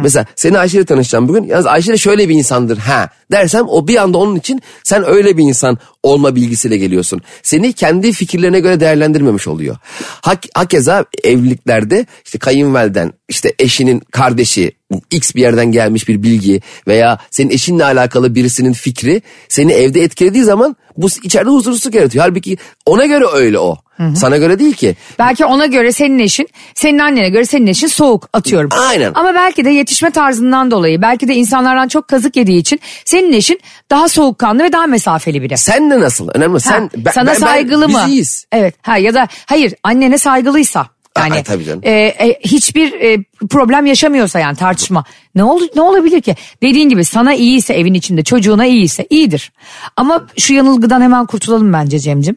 Speaker 5: Mesela seni Ayşe'yle tanışacağım bugün. Yalnız Ayşe de şöyle bir insandır ha dersem o bir anda onun için sen öyle bir insan olma bilgisiyle geliyorsun. Seni kendi fikirlerine göre değerlendirmemiş oluyor. Hak, hakeza evliliklerde işte kayınvelden işte eşinin kardeşi X bir yerden gelmiş bir bilgi veya senin eşinle alakalı birisinin fikri seni evde etkilediği zaman bu içeride huzursuzluk yaratıyor. Halbuki ona göre öyle o. Sana göre değil ki.
Speaker 2: Belki ona göre senin eşin, senin annene göre senin eşin soğuk atıyorum.
Speaker 5: Aynen.
Speaker 2: Ama belki de yetişme tarzından dolayı, belki de insanlardan çok kazık yediği için senin eşin daha soğukkanlı ve daha mesafeli biri.
Speaker 5: Sen de nasıl? Önemli. Sen,
Speaker 2: Ha,
Speaker 5: ben-
Speaker 2: sana
Speaker 5: ben- ben-
Speaker 2: saygılı mı?
Speaker 5: Biz iyiyiz.
Speaker 2: Evet. Ha ya da hayır annene saygılıysa. Yani
Speaker 5: Aa, tabii canım.
Speaker 2: e, e, hiçbir e, problem yaşamıyorsa yani tartışma. Ne ol, ne olabilir ki? Dediğin gibi sana iyiyse evin içinde, çocuğuna iyiyse iyidir. Ama şu yanılgıdan hemen kurtulalım bence Cemcim.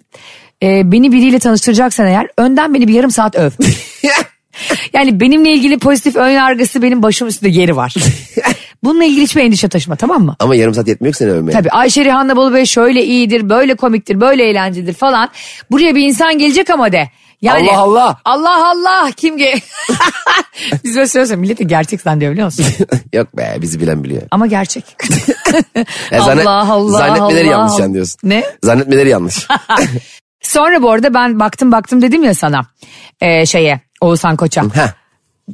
Speaker 2: E, beni biriyle tanıştıracaksan eğer önden beni bir yarım saat öv. yani benimle ilgili pozitif ön yargısı benim başım üstünde yeri var. Bununla ilgili hiçbir endişe taşıma tamam mı?
Speaker 5: Ama yarım saat yetmiyor ki seni övmeye.
Speaker 2: Tabii Ayşe Rihanna Bolu Bey şöyle iyidir, böyle komiktir, böyle eğlencelidir falan. Buraya bir insan gelecek ama de. Yani,
Speaker 5: Allah Allah.
Speaker 2: Allah Allah kim ge... Biz böyle söylüyoruz millet de gerçek zannediyor biliyor musun?
Speaker 5: Yok be bizi bilen biliyor.
Speaker 2: ama gerçek.
Speaker 5: Ya zannet- Zannetmeleri yanlış
Speaker 2: Allah.
Speaker 5: yani diyorsun.
Speaker 2: Ne?
Speaker 5: Zannetmeleri yanlış.
Speaker 2: Sonra bu arada ben baktım baktım dedim ya sana e, şeye Oğuzhan Koç'a.
Speaker 5: Heh.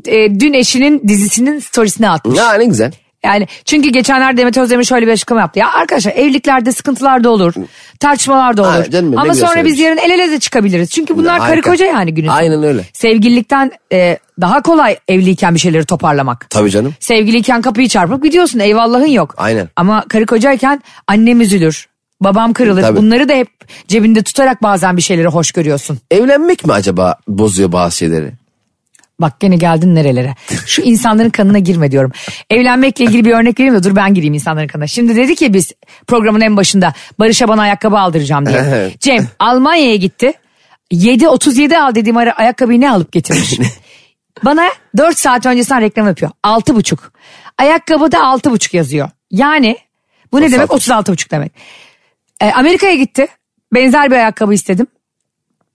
Speaker 2: E, dün eşinin dizisinin storiesini attı.
Speaker 5: Ya ne güzel.
Speaker 2: Yani çünkü geçenlerde Demet Özdemir şöyle bir açıklama yaptı. Ya arkadaşlar evliliklerde sıkıntılar da olur. Tartışmalar da olur.
Speaker 5: Aynen canım, ne
Speaker 2: Ama
Speaker 5: güzel
Speaker 2: sonra biz
Speaker 5: söylemiş.
Speaker 2: yarın el ele de çıkabiliriz. Çünkü bunlar karı
Speaker 5: Harika.
Speaker 2: koca yani günün.
Speaker 5: şey? Aynen öyle.
Speaker 2: Sevgililikten e, daha kolay evliyken bir şeyleri toparlamak.
Speaker 5: Tabii canım.
Speaker 2: Sevgiliyken kapıyı çarpıp gidiyorsun eyvallahın yok.
Speaker 5: Aynen.
Speaker 2: Ama karı kocayken annem üzülür. Babam kırılır.
Speaker 5: Tabii.
Speaker 2: Bunları da hep cebinde tutarak bazen bir şeyleri hoş görüyorsun.
Speaker 5: Evlenmek mi acaba bozuyor bazı şeyleri?
Speaker 2: Bak gene geldin nerelere. Şu insanların kanına girme diyorum. Evlenmekle ilgili bir örnek vereyim de dur ben gireyim insanların kanına. Şimdi dedik ya biz programın en başında Barış'a bana ayakkabı aldıracağım diye.
Speaker 5: Evet.
Speaker 2: Cem Almanya'ya gitti. 7.37 al dediğim ara ayakkabıyı ne alıp getirmiş? bana 4 saat öncesinden reklam yapıyor. 6.5. Ayakkabıda 6.5 yazıyor. Yani bu ne demek? 36.5 demek. E, Amerika'ya gitti. Benzer bir ayakkabı istedim.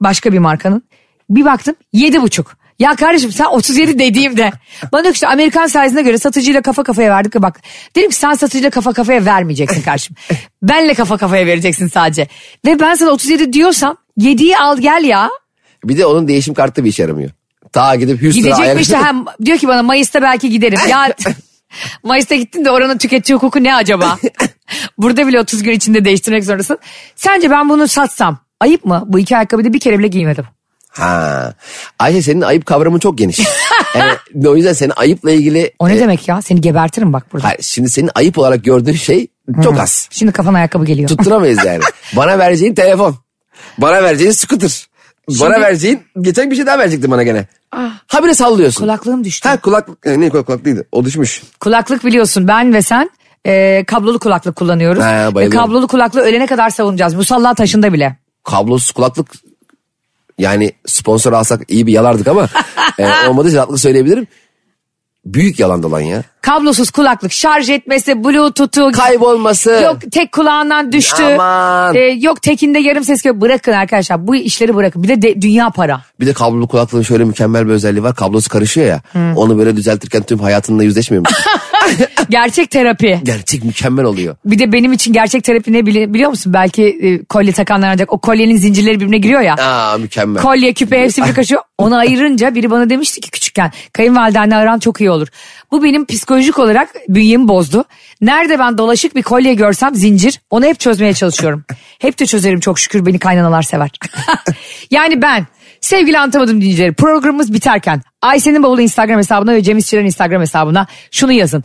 Speaker 2: Başka bir markanın. Bir baktım yedi buçuk. Ya kardeşim sen 37 dediğimde. Bana diyor ki işte Amerikan sayesinde göre satıcıyla kafa kafaya verdik ve bak. Dedim ki sen satıcıyla kafa kafaya vermeyeceksin kardeşim. Benle kafa kafaya vereceksin sadece. Ve ben sana 37 diyorsam 7'yi al gel ya.
Speaker 5: Bir de onun değişim kartı bir işe yaramıyor. Ta gidip Houston'a ayak-
Speaker 2: Gidecekmiş de hem diyor ki bana Mayıs'ta belki giderim. Ya Mayıs'ta gittin de oranın tüketici hukuku ne acaba? Burada bile 30 gün içinde değiştirmek zorundasın. Sence ben bunu satsam ayıp mı? Bu iki ayakkabıyı da bir kere bile giymedim.
Speaker 5: Ha. Ayşe senin ayıp kavramın çok geniş. yani, o yüzden senin ayıpla ilgili...
Speaker 2: O ne
Speaker 5: e,
Speaker 2: demek ya? Seni gebertirim bak burada.
Speaker 5: hayır, şimdi senin ayıp olarak gördüğün şey çok az.
Speaker 2: Şimdi kafana ayakkabı geliyor.
Speaker 5: Tutturamayız yani. Bana vereceğin telefon. Bana vereceğin scooter. Bana
Speaker 2: Şimdi- Ah.
Speaker 5: vereceğin... Geçen bir şey daha verecektin bana gene. Habire sallıyorsun.
Speaker 2: Kulaklığım düştü.
Speaker 5: Ha kulaklık... e, Ne kulaklık değildi. O düşmüş.
Speaker 2: Kulaklık biliyorsun ben ve sen e, kablolu kulaklık kullanıyoruz.
Speaker 5: Ha,
Speaker 2: ve
Speaker 5: bayılıyorum.
Speaker 2: kablolu kulaklığı ölene kadar savunacağız. Musalla taşında bile.
Speaker 5: kablosuz kulaklık yani sponsor alsak iyi bir yalardık ama e, olmadı kulaklık söyleyebilirim. Büyük yalan dolan ya.
Speaker 2: Kablosuz kulaklık şarj etmesi, bluetooth'u.
Speaker 5: Kaybolması.
Speaker 2: Yok tek kulağından düştü.
Speaker 5: Aman.
Speaker 2: Ee, yok tekinde yarım ses geliyor. Bırakın arkadaşlar bu işleri bırakın. Bir de, de- dünya para.
Speaker 5: Bir de kablolu kulaklığın şöyle mükemmel bir özelliği var. Kablosu karışıyor ya. Onu böyle düzeltirken tüm hayatınla yüzleşmiyor musun?
Speaker 2: Gerçek terapi.
Speaker 5: Gerçek mükemmel oluyor.
Speaker 2: Bir de benim için gerçek terapi ne bili- biliyor musun? Belki e, kolye takanlar ancak o kolyenin zincirleri birbirine giriyor ya.
Speaker 5: Aa mükemmel.
Speaker 2: Kolye, küpe hepsi bir kaçıyor. Onu ayırınca biri bana demişti ki küçükken kayınvalidenle aran çok iyi olur. Bu benim psikolojik olarak bünyemi bozdu. Nerede ben dolaşık bir kolye görsem zincir onu hep çözmeye çalışıyorum. hep de çözerim çok şükür beni kaynanalar sever. yani ben sevgili anlatamadım dinleyicileri programımız biterken Ayşe'nin bavulu Instagram hesabına ve Cem İşçilerin Instagram hesabına şunu yazın.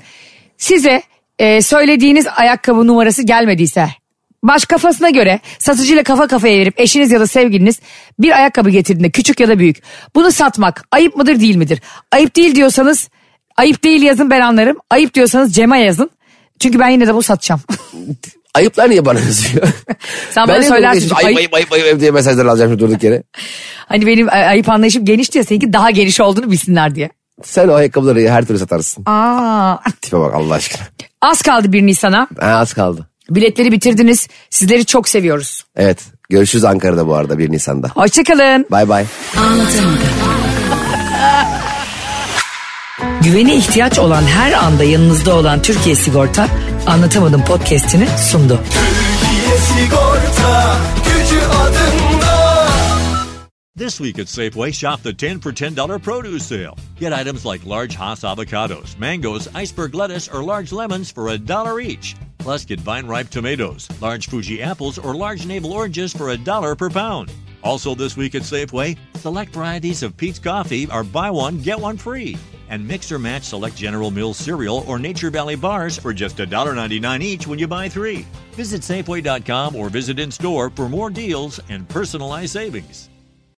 Speaker 2: Size e, söylediğiniz ayakkabı numarası gelmediyse Baş kafasına göre satıcıyla kafa kafaya verip eşiniz ya da sevgiliniz bir ayakkabı getirdiğinde küçük ya da büyük. Bunu satmak ayıp mıdır değil midir? Ayıp değil diyorsanız ayıp değil yazın ben anlarım. Ayıp diyorsanız Cem'e yazın. Çünkü ben yine de bunu satacağım.
Speaker 5: Ayıplar niye bana yazıyor?
Speaker 2: Sen bana
Speaker 5: niye bunu
Speaker 2: söylersin.
Speaker 5: geçmişim?
Speaker 2: çünkü
Speaker 5: Ayıp
Speaker 2: ayıp-
Speaker 5: ayıp ayıp ayıp diye mesajlar alacağım şimdi durduk yere.
Speaker 2: Hani benim ay- ayıp anlayışım genişti ya seninki daha geniş olduğunu bilsinler diye.
Speaker 5: Sen o ayakkabıları her türlü satarsın.
Speaker 2: Aa.
Speaker 5: Tipe bak Allah aşkına.
Speaker 2: Az kaldı bir Nisan'a.
Speaker 5: Ha, az kaldı.
Speaker 2: Biletleri bitirdiniz. Sizleri çok seviyoruz.
Speaker 5: Evet. Görüşürüz Ankara'da bu arada 1 Nisan'da.
Speaker 2: Hoşçakalın.
Speaker 5: Bay bay.
Speaker 2: Anlatamadım. Güvene ihtiyaç olan her anda yanınızda olan Türkiye Sigorta Anlatamadım podcast'ini sundu.
Speaker 3: Türkiye Sigorta Gücü adında
Speaker 1: This week at Safeway, shop the 10 for $10 produce sale. Get items like large Hass avocados, mangoes, iceberg lettuce, or large lemons for a dollar each. Plus, get vine ripe tomatoes, large Fuji apples, or large navel oranges for a dollar per pound. Also, this week at Safeway, select varieties of Pete's coffee are buy one, get one free. And mix or match select General Mills cereal or Nature Valley bars for just $1.99 each when you buy three. Visit Safeway.com or visit in store for more deals and personalized savings.